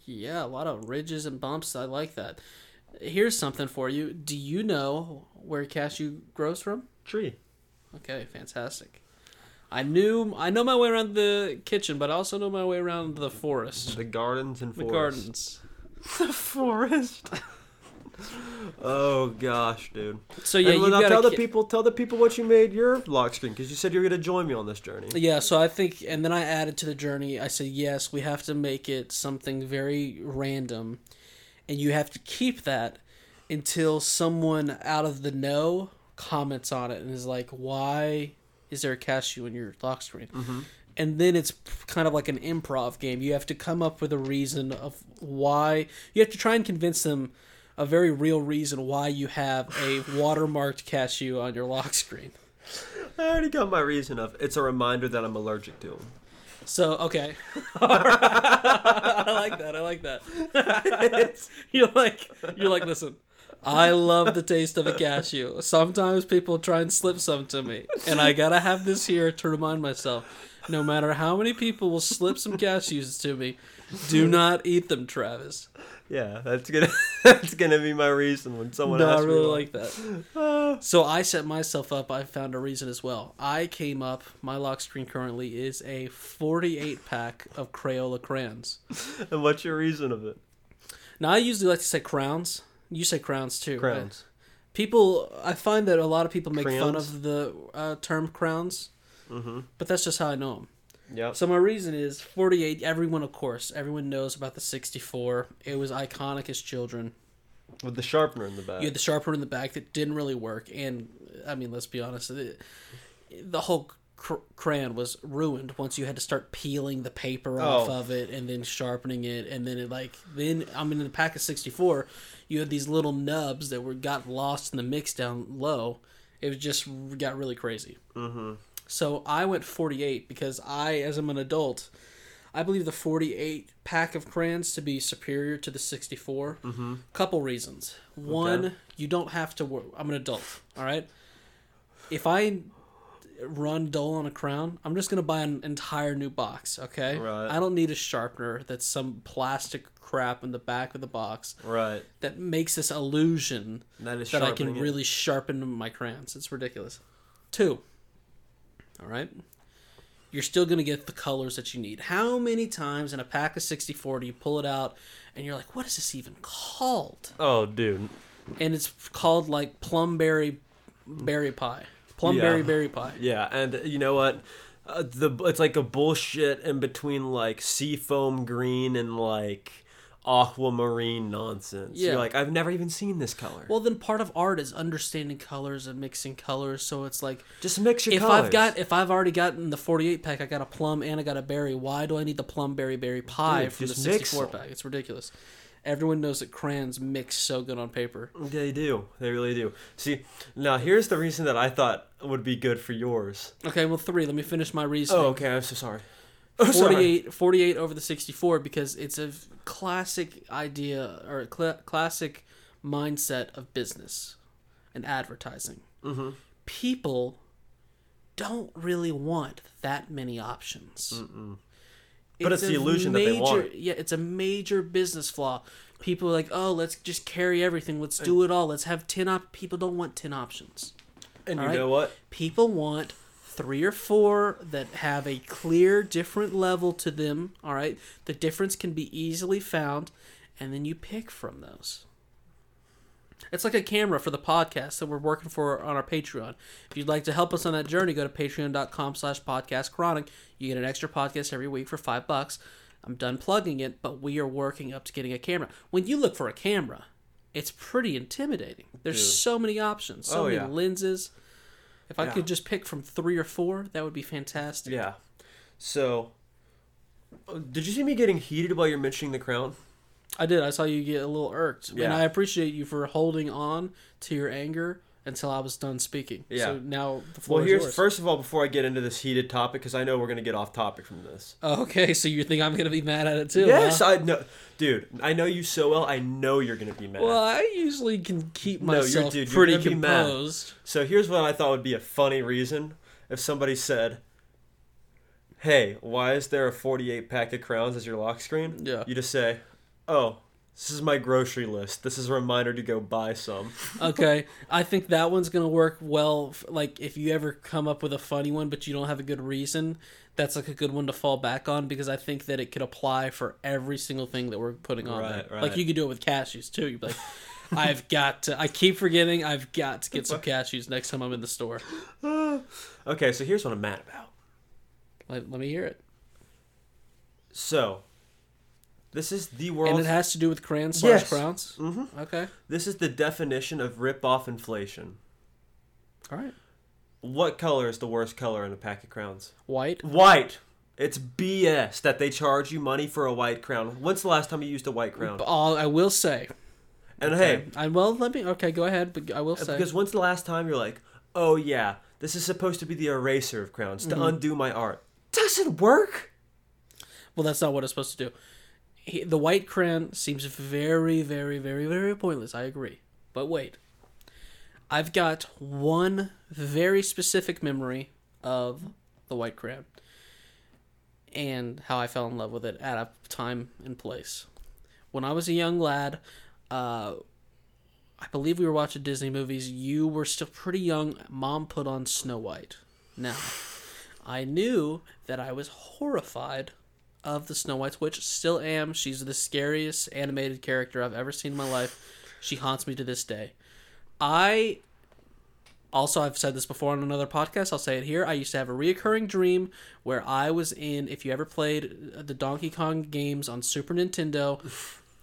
Yeah, a lot of ridges and bumps. I like that. Here's something for you. Do you know where cashew grows from?
Tree.
Okay, fantastic. I knew I know my way around the kitchen, but I also know my way around the forest,
The gardens and
the
forest.
gardens.
The forest. oh gosh, dude.
So yeah,
And
you
now
got
tell
a
the
ki-
people tell the people what you made your lock screen because you said you were gonna join me on this journey.
Yeah, so I think, and then I added to the journey. I said, yes, we have to make it something very random, and you have to keep that until someone out of the know comments on it and is like, why is there a cashew in your lock screen? And then it's p- kind of like an improv game. You have to come up with a reason of why. You have to try and convince them a very real reason why you have a watermarked cashew on your lock screen.
I already got my reason of it's a reminder that I'm allergic to them.
So okay, I like that. I like that. you're like you're like. Listen, I love the taste of a cashew. Sometimes people try and slip some to me, and I gotta have this here to remind myself. No matter how many people will slip some cashews to me, do not eat them, Travis.
Yeah, that's gonna that's gonna be my reason when someone
No, I
asks
really
me.
like that. So I set myself up. I found a reason as well. I came up. My lock screen currently is a 48 pack of Crayola crayons.
like. "Ah," And what's your reason of it?
Now I usually like to say crowns. You say crowns too. right?
Crowns.
People, I find that a lot of people make fun
Crayons?
of the uh, term crowns, mm-hmm. but that's just how I know them.
Yep.
So my reason is forty-eight. Everyone, of course, everyone knows about the sixty-four. It was iconic as children.
With the sharpener in the back.
You had the sharpener in the back that didn't really work, and I mean, let's be honest, the, the whole cr- crayon was ruined once you had to start peeling the paper off
Oh.
of it and then sharpening it, and then it like then I mean, in the pack of sixty four, you had these little nubs that were got lost in the mix down low. It was just got really crazy. Mm-hmm. So I went forty eight because I, as I'm an adult. I believe the 48 pack of crayons to be superior to the 64. Mm-hmm. Couple reasons. One, you don't have to work. I'm an adult, all right? If I run dull on a crown, I'm just going to buy an entire new box, okay?
Right.
I don't need a sharpener that's some plastic crap in the back of the box
Right.
that makes this illusion
That is
that I can
sharpening it.
really sharpen my crayons. It's ridiculous. Two. All right. You're still going to get the colors that you need. How many times in a pack of 64 do you pull it out and you're like, what is this even called?
Oh, dude.
And it's called like plumberry berry pie. Plumberry
Yeah.
berry pie.
Yeah, and uh, you know what? Uh, the it's like a bullshit in between like seafoam green and like aquamarine nonsense.
Yeah.
You're like, I've never even seen this color.
Well, then part of art is understanding colors and mixing colors. So it's like,
just mix your
if
colors.
I've got if I've already gotten the 48 pack, I got a plum and I got a berry. Why do I need the plum berry berry pie
Dude,
from the
just mix
64
them.
pack? It's ridiculous. Everyone knows that crayons mix so good on paper.
They do. They really do. See, now here's the reason that I thought would be good for yours.
Okay, well three. Let me finish my reasoning.
Oh, okay. I'm so sorry. Oh, sorry.
48, 48 over the 64 because it's a classic idea or a cl- classic mindset of business and advertising. Mm-hmm. People don't really want that many options.
But it's the
a
illusion that they
major-
want it.
Yeah, it's a major business flaw. People are like, oh, let's just carry everything. Let's do it all. Let's have 10 op. People don't want 10 options.
And you
All right.
know what?
People want three or four that have a clear, different level to them. All right, the difference can be easily found, and then you pick from those. It's like a camera for the podcast that we're working for on our Patreon. If you'd like to help us on that journey, go to patreon.com slash podcast chronic. You get an extra podcast every week for five bucks. I'm done plugging it, but we are working up to getting a camera. When you look for a camera, it's pretty intimidating. There's so many options, so
Oh,
many
yeah.
lenses. If I
Yeah.
could just pick from three or four, that would be fantastic.
Yeah. So, uh, did you see me getting heated while you're mentioning the crown?
I did. I saw you get a little irked, and
Yeah.
I appreciate you for holding on to your anger until I was done speaking.
Yeah.
So now the floor
Well,
is
here's
yours.
first of all before I get into this heated topic because I know we're gonna get off topic from this.
Okay, so you think I'm gonna be mad at it too?
Yes,
huh?
I know, dude. I know you so well. I know you're gonna be mad.
Well, I usually can keep
No, you're-
myself
dude, you're
pretty
gonna be mad.
composed.
so here's what I thought would be a funny reason if somebody said, "Hey, why is there a 48 pack of crowns as your lock screen?"
Yeah.
You just say, "Oh, this is my grocery list. This is a reminder to go buy some."
okay, I think that one's gonna work well. f- Like if you ever come up with a funny one, but you don't have a good reason, that's like a good one to fall back on because I think that it could apply for every single thing that we're putting on
Right,
there. Like
right.
you could do it with cashews too. You'd be like, I've got to. I keep forgetting. I've got to get some cashews next time I'm in the store.
okay, so here's what I'm mad about.
Let, let me hear it.
So, this is the
And
world.
it has to do with crayons slash
Yes.
crowns. Mm-hmm. Okay.
this is the definition of rip-off inflation.
All right.
What color is the worst color in a pack of crowns?
White.
White. It's BS that they charge you money for a white crown. When's the last time you used a white crown?
But all I will say,
And hey,
I well let me. Okay, go ahead. But I will say
because when's the last time you're like, oh yeah, this is supposed to be the eraser of crowns
Mm-hmm.
to undo my art? Doesn't work.
Well, that's not what it's supposed to do. He, the white crayon seems very, very, very, very pointless. I agree. But wait. I've got one very specific memory of the white crayon and how I fell in love with it at a time and place. When I was a young lad, uh, I believe we were watching Disney movies. You were still pretty young. Mom put on Snow White. Now, I knew that I was horrified of the Snow White Witch. Still am. She's the scariest animated character I've ever seen in my life. She haunts me to this day. I also I've said this before on another podcast. I'll say it here. I used to have a reoccurring dream where I was in. If you ever played the Donkey Kong games on Super Nintendo,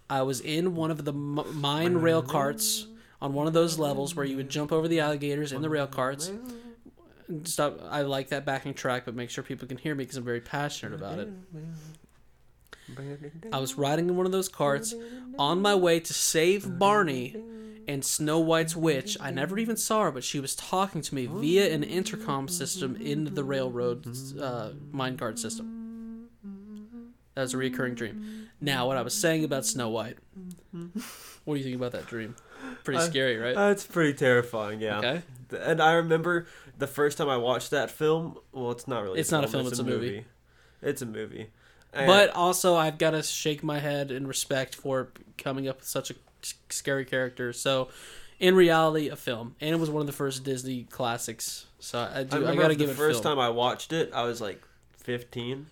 I was in one of the m- mine rail carts on one of those levels where you would jump over the alligators in the rail carts stop i like that backing track but make sure people can hear me because i'm very passionate about it i was riding in one of those carts on my way to save barney and snow white's witch i never even saw her but she was talking to me via an intercom system in the railroad uh, minecart system that was a recurring dream now what i was saying about snow white what do you think about that dream pretty
I-
scary right
That's Uh, pretty terrifying. Yeah.
okay
Th- And I remember the first time I watched that film. Well, it's not really.
It's not a film, it's a movie.
It's a movie.
But also, I've got to shake my head in respect for coming up with such a scary character. So, in reality, a film, and it was one of the first Disney classics. So I
I
do. I,
remember
got to
the
give it.
first
First film.
time I watched it, I was like 15,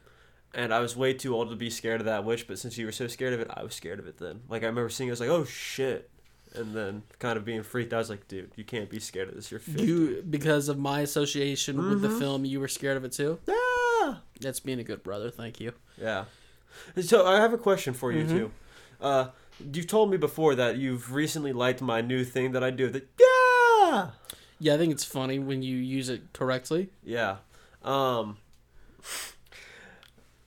and I was way too old to be scared of that witch. But since you were so scared of it, I was scared of it then. Like I remember seeing, it, I was like, "Oh shit!" And then kind of being freaked. out. I was like, "Dude, you can't be scared of this. You're 15.
you because of my association with
Mm-hmm.
the film, you were scared of it too.
Ah!
That's being a good brother. Thank you.
Yeah. So I have a question for
Mm-hmm.
you too. Uh, you've told me before that you've recently liked my new thing that I do. That yeah,
Yeah, I think it's funny when you use it correctly.
yeah. Um,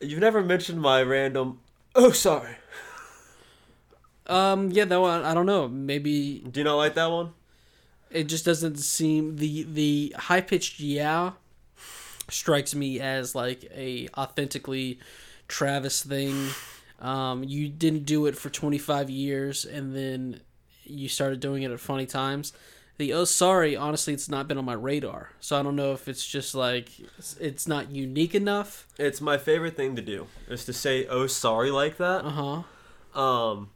you've never mentioned my random. Oh, sorry.
Um, yeah, though I, I don't know. Maybe
Do you not like that one?
it just doesn't seem the the high pitched yeah strikes me as like a authentically Travis thing. Um, you didn't do it for 25 years and then you started doing it at funny times. The oh sorry, honestly, it's not been on my radar, so I don't know if it's just like it's, it's not unique enough.
It's my favorite thing to do is to say "oh sorry" like that,
Uh huh.
um,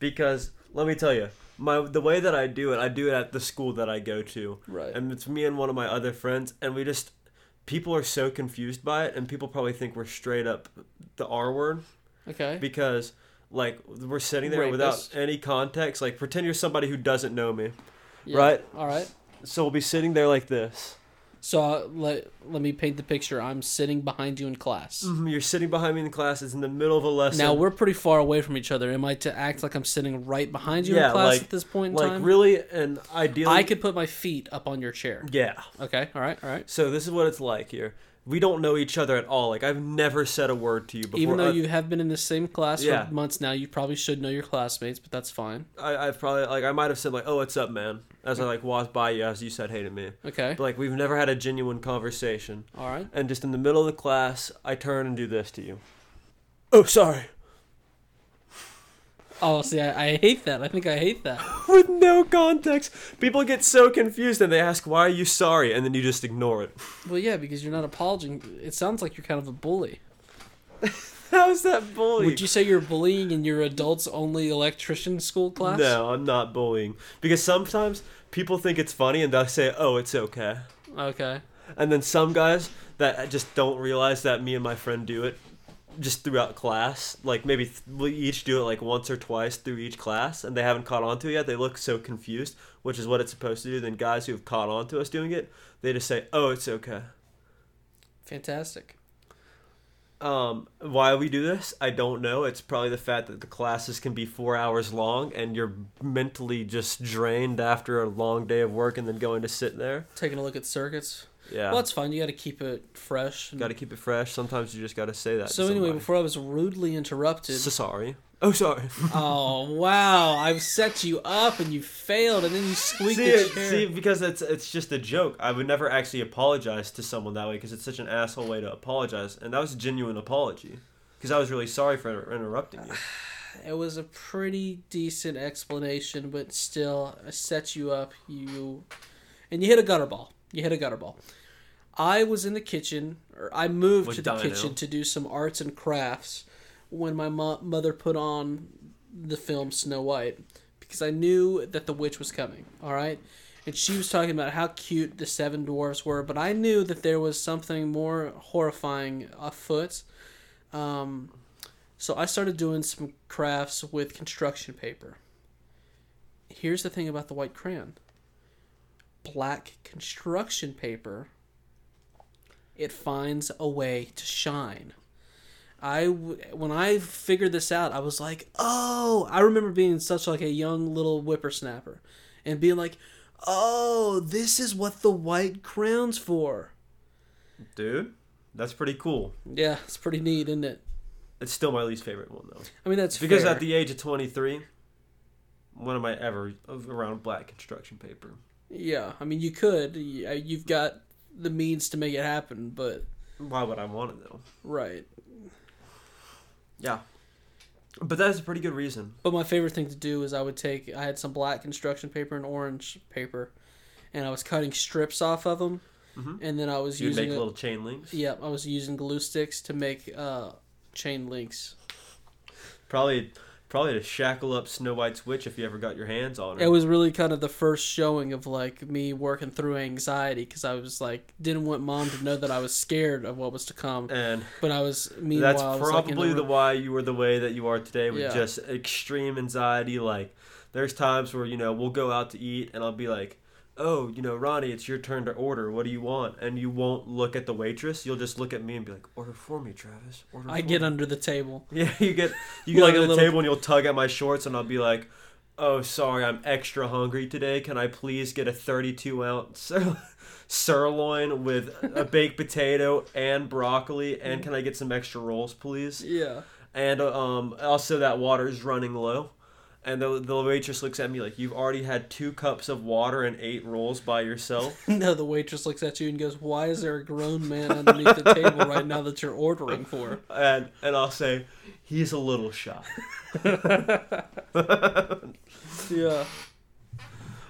because let me tell you, my the way that I do it, I do it at the school that I go to,
Right.
And it's me and one of my other friends, and we just people are so confused by it, and people probably think we're straight up the R word
Okay.
because like we're sitting there without
Rapist.
any context. Like pretend you're somebody who doesn't know me,
Yeah.
right?
All right.
So we'll be sitting there like this.
So uh, let let me paint the picture. I'm sitting behind you in class.
Mhm, You're sitting behind me in the class. It's in the middle of a lesson.
Now we're pretty far away from each other. Am I to act like I'm sitting right behind you in
Yeah,
class
like-
at this point in
like
time?
really, and ideally,
I could put my feet up on your chair.
yeah.
Okay, all right, all right.
So this is what it's like here. We don't know each other at all. Like I've never said a word to you before.
Even though
I've-
you have been in the same class
Yeah.
for months now, you probably should know your classmates, but that's fine.
I, I've probably like I might have said like, "Oh, what's up, man?" as I like walked by you as you said hey to me.
Okay.
But like we've never had a genuine conversation.
All right.
And just in the middle of the class, I turn and do this to you. Oh, sorry.
Oh, see, I, I hate that. I think I hate that.
With no context, people get so confused and they ask why are you sorry, and then you just ignore it.
Well, yeah, because you're not apologizing. It sounds like you're kind of a bully.
How's that bullying?
Would you say you're bullying in your adults only electrician school class?
No, I'm not bullying because sometimes people think it's funny and they'll say, "Oh, it's okay."
Okay.
And then some guys that just don't realize that me and my friend do it just throughout class. Like maybe th- we each do it like once or twice through each class and they haven't caught on to it yet. They look so confused, which is what it's supposed to do. Then guys who have caught on to us doing it, they just say, "Oh, it's okay."
Fantastic.
Um, why we do this, I don't know. It's probably the fact that the classes can be four hours long and you're mentally just drained after a long day of work and then going to sit there.
Taking a look at circuits.
Yeah.
Well, it's fun. You got to keep it fresh. and-
Got to keep it fresh. Sometimes you just got to say that.
so
to
anyway,
somebody.
before I was rudely interrupted.
So sorry. Oh, sorry.
oh wow! I've set you up and you failed, and then you squeaked
see,
the
it,
chair.
see, because it's it's just a joke. I would never actually apologize to someone that way because it's such an asshole way to apologize. And that was a genuine apology because I was really sorry for interrupting you.
It was a pretty decent explanation, but still, I set you up. You and you hit a gutter ball. You hit a gutter ball. I was in the kitchen, or I moved
With
to the
Dino.
kitchen to do some arts and crafts when my mo- mother put on the film Snow White because I knew that the witch was coming. All right. And she was talking about how cute the seven dwarfs were, but I knew that there was something more horrifying afoot. Um, so I started doing some crafts with construction paper. Here's the thing about the white crayon black construction paper, it finds a way to shine. I w- when I figured this out, I was like, "Oh!" I remember being such like a young little whippersnapper, and being like, "Oh, this is what the white crown's for."
Dude, that's pretty cool.
Yeah, it's pretty neat, isn't it?
It's still my least favorite one though.
I mean, that's
Because
fair.
at the age of 23, when am I ever around black construction paper?
Yeah, I mean, you could. You- uh, You've got the means to make it happen, but
Why would I want it though?
right.
Yeah. But that's a pretty good reason.
But my favorite thing to do is I would take. I had some black construction paper and orange paper, and I was cutting strips off of them,
Mhm.
and then I was
You'd
using.
make
a-
little chain links.
yeah, I was using glue sticks to make uh, chain links.
Probably probably to shackle up Snow White's witch if you ever got your hands on
It
her.
was really kind of the first showing of like me working through anxiety because I was like didn't want mom to know that I was scared of what was to come,
And
but I was meanwhile
that's
I was, like, in
probably
the
the why you were the way that you are today with
Yeah.
just extreme anxiety. Like, there's times where, you know, we'll go out to eat and I'll be like, oh, you know, Ronnie, it's your turn to order. What do you want? And you won't look at the waitress. You'll just look at me and be like, order for me, Travis. Order
I
for
get
me."
under the table.
Yeah, you get you get
Like
like
a
the
little-
table and you'll tug at my shorts and I'll be like, "Oh, sorry, I'm extra hungry today. Can I please get a 32 ounce sir- sirloin with a baked potato and broccoli? And can I get some extra rolls, please?
Yeah.
And um, also that water is running low." And the, the waitress looks at me like, "You've already had two cups of water and eight rolls by yourself."
No, the waitress looks at you and goes, "Why is there a grown man underneath the table right now that you're ordering for?"
And and I'll say, "He's a little shy."
Yeah.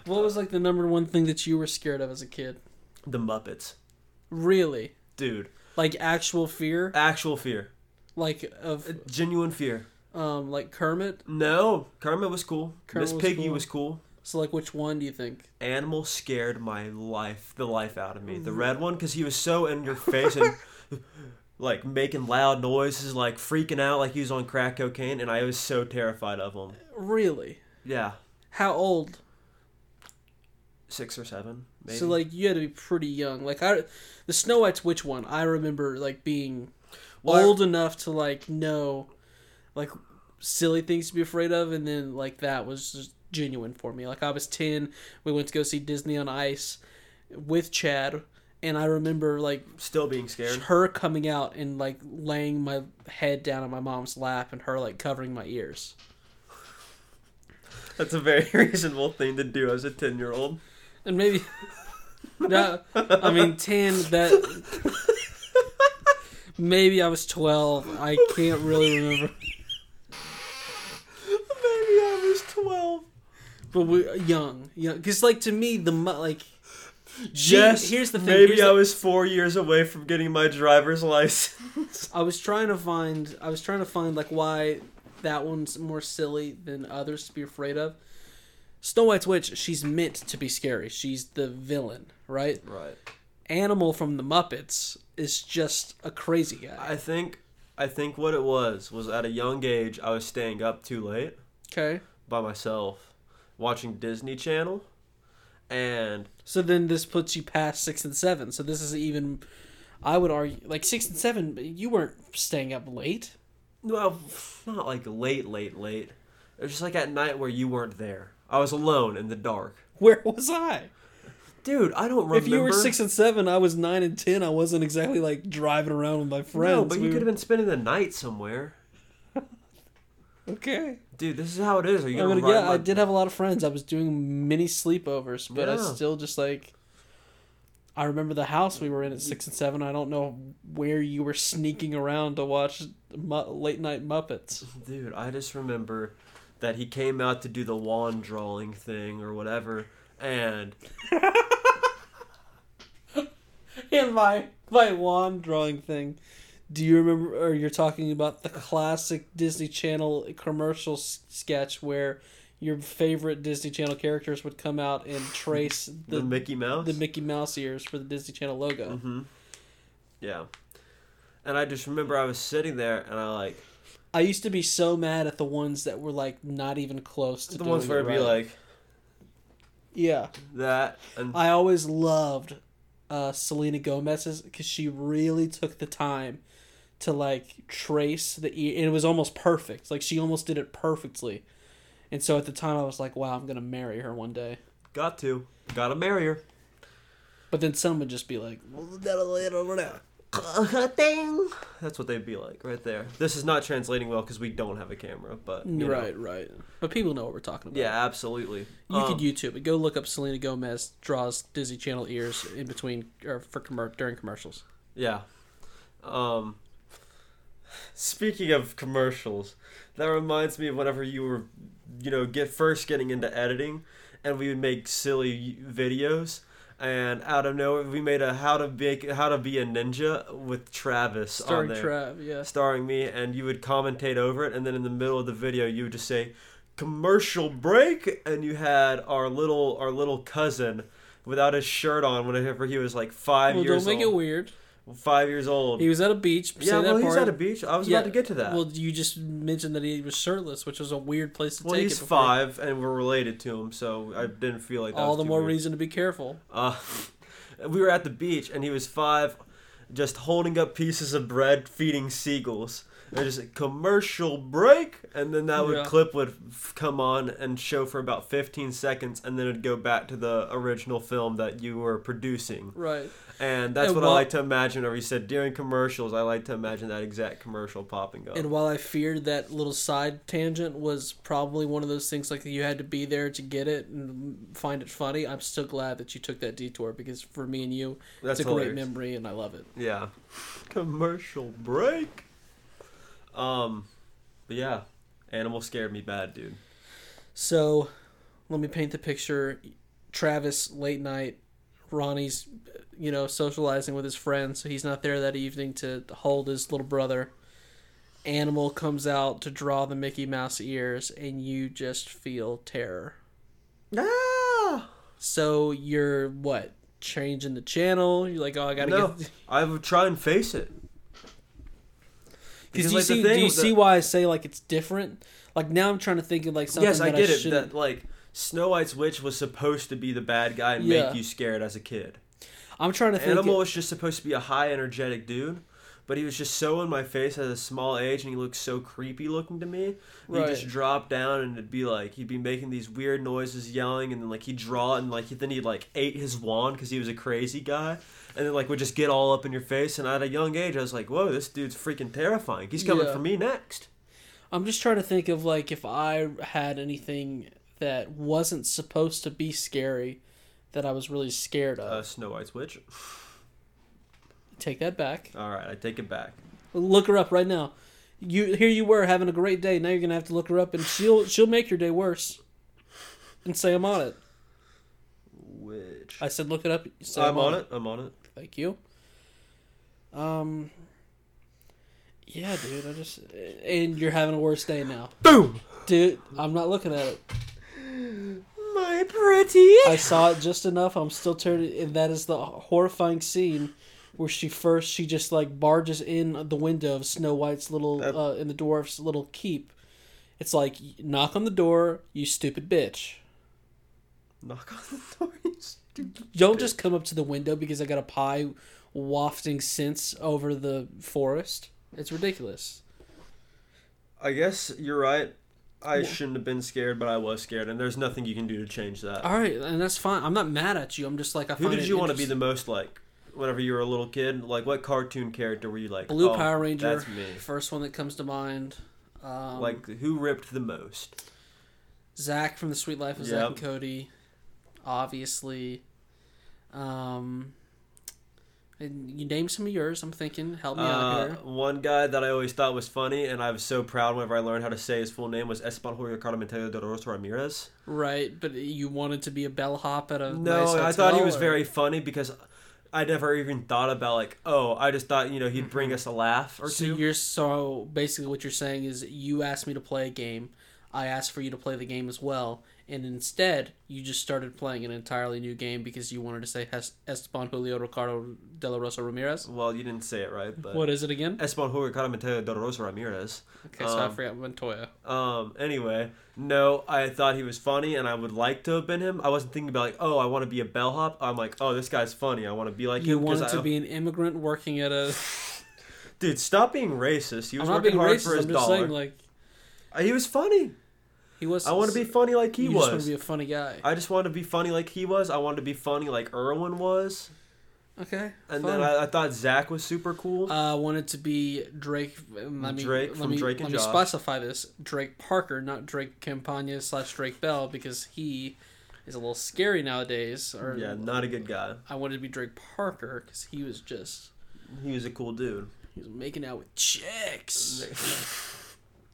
What was like the number one thing that you were scared of as a kid?
The Muppets,
Really?
dude,
Like actual fear?
actual fear.
Like of
Genuine fear.
um like Kermit?
No, Kermit was cool.
Kermit
Miss
was
Piggy
cool.
was cool.
So like which one do you think?
Animal scared my life, the life out of me. The red one, because he was so in your face and like making loud noises, like freaking out, like he was on crack cocaine, and I was so terrified of him.
Really?
Yeah,
How old?
six or seven, maybe.
So like you had to be pretty young. Like I the Snow White's which one? I remember like being
Well, I-
old enough to like know like silly things to be afraid of and then like that was just genuine for me like i was 10 we went to go see disney on ice with chad and i remember like
Still being scared.
her coming out and like laying my head down on my mom's lap and her like covering my ears
That's a very reasonable thing to do as a ten year old.
and maybe. no, I mean ten. That maybe I was twelve. I can't really remember.
Maybe I was twelve.
But we young, young. Because like to me, the mo- like. she-
Yes.
Here's the thing.
Maybe
here's
I
the-
was four years away from getting my driver's license.
I was trying to find I was trying to find like why that one's more silly than others to be afraid of. Snow White's witch, she's meant to be scary. She's the villain, right?
right.
Animal from the Muppets is just a crazy guy.
I think I think what it was was at a young age I was staying up too late
Okay.
by myself watching Disney Channel and
So then this puts you past 6 and 7. So this is even I would argue like 6 and 7 you weren't staying up late.
well not like late late late it was just like at night where you weren't there. I was alone in the dark.
Where was I?
Dude, I don't remember.
If you were 6 and 7, I was 9 and 10. I wasn't exactly like driving around with my friends.
No, but
We
you could have
were-
been spending the night somewhere.
Okay.
Dude, this is how it is. Are you
I
gonna
mean,
ride
yeah,
my-
I did have a lot of friends. I was doing many sleepovers, but I
Yeah.
still just like. I remember the house we were in at six and seven. I don't know where you were sneaking around to watch mu- late night Muppets.
Dude, I just remember that he came out to do the wand drawing thing or whatever, and
And my my wand drawing thing. Do you remember? Or you're talking about the classic Disney Channel commercial s- sketch where your favorite Disney Channel characters would come out and trace
the,
the
Mickey Mouse.
the Mickey Mouse ears for the Disney Channel logo.
hmm Yeah. And I just remember I was sitting there and I like
I used to be so mad at the ones that were like not even close to
the ones where
doing
it'd
it
be
right.
like
yeah.
that and
I always loved uh, Selena Gomez's because she really took the time to like trace the ear, and it was almost perfect. Like she almost did it perfectly, and so at the time I was like, "Wow, I'm gonna marry her one day."
got to gotta marry her.
But then some would just be like,
Ding. That's what they'd be like right there. This is not translating well because we don't have a camera, but you know.
"Right, right." But people know what we're talking about.
Yeah, absolutely.
You
Um,
could YouTube it. Go look up Selena Gomez draws Disney Channel ears in between or for commer during commercials.
Yeah. Um speaking of commercials, that reminds me of whenever you were you know, get first getting into editing and we would make silly videos and out of nowhere we made a how to make how to be a ninja with Travis
Starring
on there.
Trav, yes.
starring me and you would commentate over it and then in the middle of the video you would just say commercial break and you had our little our little cousin without his shirt on whenever he was like 5
Well,
years
don't make
old
it weird.
five years old.
He was at a beach.
yeah,
say that
well, he's
part.
at a beach. I was
Yeah,
about to get to that.
Well,
Well,
you just mentioned that he was shirtless, which was a weird place to take
he's
it. before-
five, and we're related to him, so I didn't feel like that
All
was
the
too
more
weird.
reason to be careful.
Uh, we were at the beach, and he was five, just holding up pieces of bread, feeding seagulls. And just a commercial break, and then that would
Yeah.
clip would f- come on and show for about 15 seconds, and then it'd go back to the original film that you were producing.
Right.
And that's
And
what I
while-
like to imagine. Whenever you said during commercials, I like to imagine that exact commercial popping up.
And while I feared that little side tangent was probably one of those things like you had to be there to get it and find it funny, I'm still glad that you took that detour because for me and you,
That's
it's a
hilarious.
great memory and I love it.
Yeah. Commercial break. Um, but yeah, animal scared me bad, dude.
So, let me paint the picture. Travis late night, Ronnie's, you know, socializing with his friends, so he's not there that evening to hold his little brother. Animal comes out to draw the Mickey Mouse ears, and you just feel terror.
Ah!
So you're what? Changing the channel? You're like, oh, I gotta
No,
get.
I would try and face it.
Because
Because,
you
like, the
see,
thing
do you
with the-
see why I say like it's different? Like now I'm trying to think of like something.
yes, I
that
get it.
should
That like Snow White's witch was supposed to be the bad guy and
Yeah.
make you scared as a kid.
I'm trying to think.
Animal was just supposed to be a high energetic dude, but he was just so in my face at a small age, and he looked so creepy looking to me. He just
Right.
drop down, and it'd be like he'd be making these weird noises, yelling, and then like he'd draw, and like he, then he'd like ate his wand because he was a crazy guy, and then like would just get all up in your face. And at a young age, I was like, "Whoa, this dude's freaking terrifying. He's coming
Yeah.
for me next."
I'm just trying to think of like if I had anything that wasn't supposed to be scary that I was really scared of.
Uh, Snow White's witch.
Take that back.
All right, I take it back.
Look her up right now. You here you were having a great day. Now you're gonna have to look her up, and she'll she'll make your day worse. And say I'm on it.
Witch.
I said look it up. you Say
I'm on it. I'm on it.
Thank you. Um. Yeah, dude. I just and you're having a worse day now,
Boom.
dude. I'm not looking at it.
My pretty.
I saw it just enough. I'm still turned, and that is the horrifying scene where she first she just like barges in the window of Snow White's little
That-
uh, in the dwarf's little keep. It's like knock on the door, you stupid bitch.
Knock on the door. You stupid.
Don't just come up to the window because I got a pie wafting scents over the forest. It's ridiculous.
I guess you're right. I shouldn't have been scared, but I was scared, and there's nothing you can do to change that.
All right, and that's fine. I'm not mad at you. I'm just like I.
Who
find
did
it
you want to be
interest-
the most like? Whenever you were a little kid, like what cartoon character were you like?
Blue
"Oh,
Power Ranger?
That's me.
First one that comes to mind. Um,
Like who ripped the most?
Zach from the Sweet Life of Zach and
Yep.
Cody, obviously. Um, and you name some of yours. I'm thinking, help me out
Uh,
here.
one guy that I always thought was funny, and I was so proud whenever I learned how to say his full name was Esteban Julio Carmentero Dolores Ramirez.
Right, but you wanted to be a bellhop at a
No,
Uh, nice
I thought he
hotel,
was
or-
very funny because I never even thought about like, oh, I just thought you know he'd bring us a laugh or
Mm-hmm. So
two.
you're so basically what you're saying is you asked me to play a game, I asked for you to play the game as well, and instead you just started playing an entirely new game because you wanted to say Hes- Esteban Julio Ricardo De La Rosa Ramirez.
Well, you didn't say it right, but
What is it again?
Esteban Julio Carmentero Dolores Ramirez.
Okay, so I
um,
forgot Montoya.
Um. Anyway, no, I thought he was funny, and I would like to have been him. I wasn't thinking about like, oh, I want to be a bellhop. I'm like, oh, this guy's funny. I want to be like
You
him. 'cause
wanted to
I-
be an immigrant working at a.
Dude, stop being racist. He
I'm
was
not
working
being
hard
racist.
for
I'm
his
just
dollar.
saying like
Uh, he was funny.
he was.
I want to be funny like he
you just want
was.
to be a funny guy.
I just wanted to be funny like he was. I wanted to be funny like Irwin was.
Okay. fine.
And then I, I thought Zach was super cool.
uh, wanted to be Drake. Let me,
Drake
let
from
me,
Drake and
let me
Josh.
specify this: Drake Parker, not Drake Campagna slash Drake Bell, because he is a little scary nowadays. Or
yeah, not a good guy.
I wanted to be Drake Parker because he was just
He was a cool dude.
he was making out with chicks.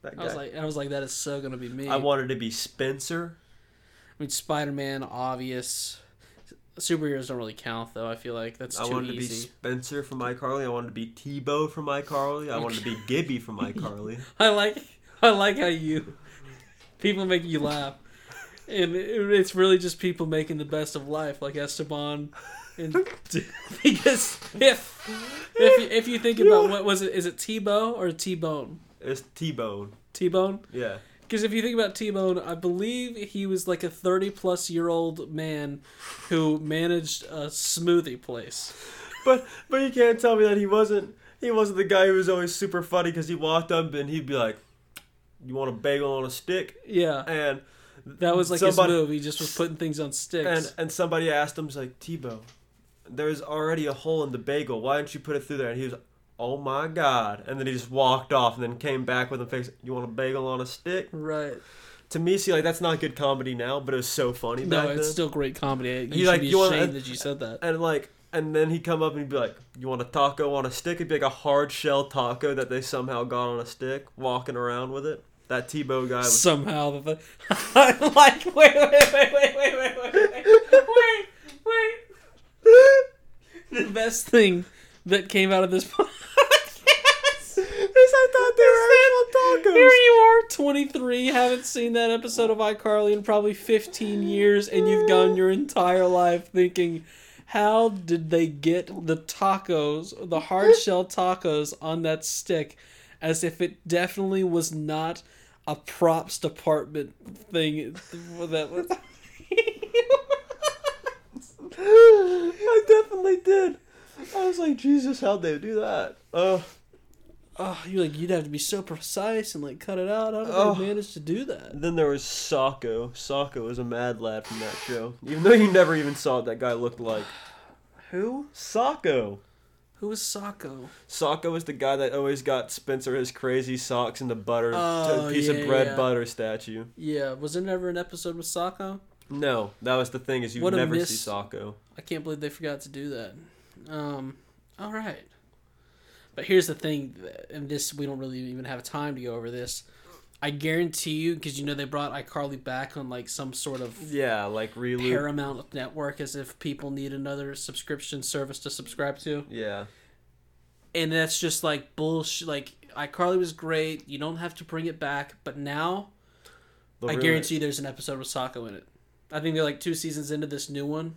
That guy.
I was like, I was like, that is so gonna be me.
I wanted to be Spencer.
I mean, Spider Man, obvious. Superheroes don't really count though. I feel like that's too
I wanted to be
easy.
Spencer from iCarly. I wanted to be Tebow from iCarly. I wanted to be Gibby from iCarly.
I like I like how you people make you laugh, and it, it's really just people making the best of life, like Esteban, and because if if you, if you think about what was it, is it T-Bow or T-Bone?
It's T-Bone.
T-Bone?
Yeah.
Because if you think about T-Bone, I believe he was like a thirty-plus-year-old man who managed a smoothie place.
But but you can't tell me that he wasn't he wasn't the guy who was always super funny because he walked up and he'd be like, "You want a bagel on a stick?"
Yeah,
And
that was like
Somebody-
his move. He just was putting things on sticks.
and and somebody asked him, "He's like Tebow, there's already a hole in the bagel. Why didn't you put it through there?" And he was, "Oh my god!" And then he just walked off and then came back with a face. You want a bagel on a stick?
right.
To me, see, like that's not good comedy now, but it was so funny
No,
back
it's
then.
still great comedy. You
You
should
like-
be
you wanna-
ashamed that you said that.
and like and then he'd come up and he'd be like you want a taco on a stick it'd be like a hard shell taco that they somehow got on a stick walking around with it that tebow guy was
Somehow the I like wait wait wait wait wait wait wait wait wait. The best thing that came out of this podcast is
i thought
Here you are, 23, haven't seen that episode of iCarly in probably 15 years, and you've gone your entire life thinking, how did they get the tacos, the hard shell tacos, on that stick? As if it definitely was not a props department thing that was.
i definitely did i was like jesus how'd they do that oh
Oh, you're like, you'd have to be so precise and like cut it out. How did
Oh.
they manage to do that?
then there was Socko. Socko was a mad lad from that show. Even though you never even saw what that guy looked like.
Who?
Socko.
Who was Socko?
Socko was the guy that always got Spencer his crazy socks and the butter
Oh,
piece
yeah,
of bread
yeah.
butter statue.
Yeah, was there never an episode with Socko?
No, that was the thing is you
What a
never
miss-
see Socko.
I can't believe they forgot to do that. Um, all right. But here's the thing, and this we don't really even have time to go over this. I guarantee you, because you know they brought iCarly back on like some sort of
Yeah, like reloop.
Paramount network, as if people need another subscription service to subscribe to.
yeah,
and that's just like bullshit. Like iCarly was great. You don't have to bring it back. But now,
They'll
I
ruin
guarantee there's an episode with Sokko in it. I think they're like two seasons into this new one.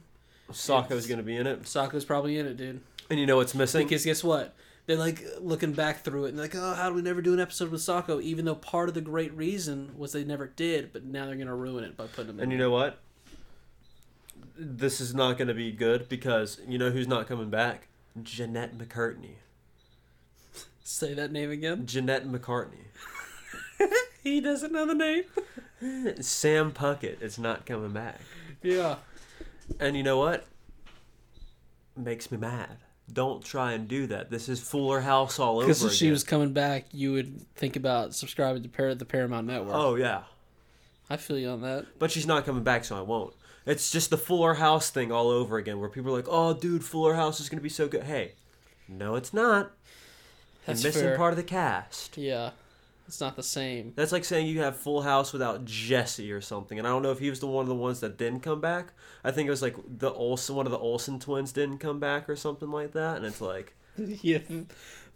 it. Socko's gonna be in it.
Sokko's probably in it, dude.
And you know what's missing?
Because guess what? They're like looking back through it and like, oh, how do we never do an episode with Sokko? Even though part of the great reason was they never did, but now they're gonna ruin it by putting him in.
And you know what? This is not going to be good because you know who's not coming back? Jeanette McCartney.
Say that name again.
Jeanette McCartney.
He doesn't know the name.
Sam Puckett is not coming back.
yeah.
And you know what? Makes me mad. Don't try and do that. This is Fuller House all over
Because
again.
if she was coming back, you would think about subscribing to Par- the Paramount Network.
oh yeah,
I feel you on that.
but she's not coming back, so I won't. It's just the Fuller House thing all over again, where people are like, "Oh, dude, Fuller House is gonna be so good." Hey, no, it's not.
That's
You're missing
fair.
part of the cast.
Yeah, it's not the same.
That's like saying you have Full House without Jesse or something. And I don't know if he was the one of the ones that didn't come back. I think it was like the Olsen, one of the Olsen twins didn't come back or something like that. And it's like,
yeah,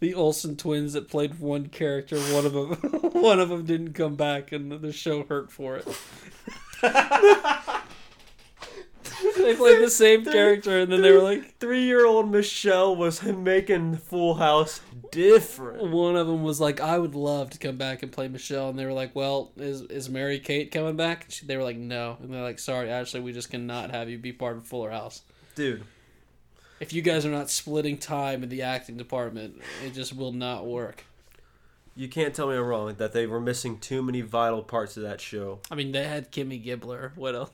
the Olsen twins that played one character, one of them, one of them didn't come back, and the show hurt for it. they played the same character, and then they were like,
three year old Michelle was making Full House different.
one of them was like, "I would love to come back and play Michelle," and they were like, "Well, is is Mary Kate coming back?" She, they were like, "No," and they're like, "Sorry, Ashley, we just cannot have you be part of Fuller House."
Dude,
If you guys are not splitting time in the acting department, it just will not work.
you can't tell me I'm wrong that they were missing too many vital parts of that show.
I mean, they had Kimmy Gibbler. What else?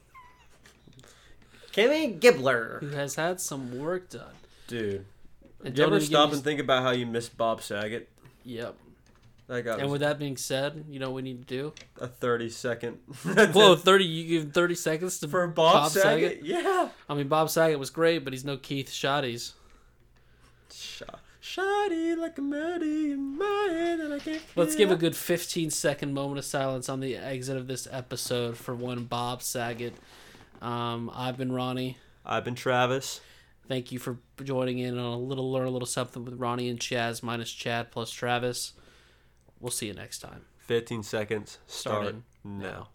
Kimmy Gibbler.
Who has had some work done?
Dude,
And
did you
don't
ever
even
stop
give
and think about how you missed Bob Saget?
me- Yep.
That got
And with that being said, you know what we need to do?
a 30 second.
Whoa, thirty! You give thirty seconds to
For Bob, Saget? Yeah.
I mean, Bob Saget was great, but he's no Keith Shotties.
Shoddy like a melody in my head that I can't
Let's give a good fifteen second moment of silence on the exit of this episode for one Bob Saget. Um, I've been Ronnie.
I've been Travis.
Thank you for joining in on a little learn a little something with Ronnie and Chaz minus Chad plus Travis. We'll see you next time.
15 seconds. Start
Starting
now.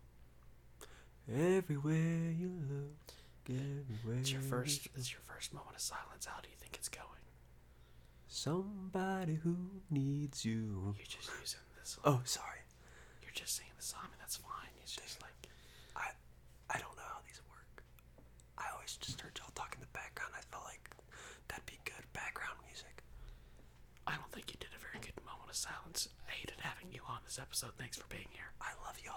Everywhere you look, everywhere
It's your first. It's your first moment of silence. How do you think it's going?
somebody who needs you.
You're just using this.
Oh, sorry.
You're just singing the song, and that's fine. It's just like
I I don't know how these work. I always just heard y'all talk in the background. I felt like that'd be good background music.
I don't think you did a very good moment of silence. I hated having you on this episode. Thanks for being here.
I love y'all.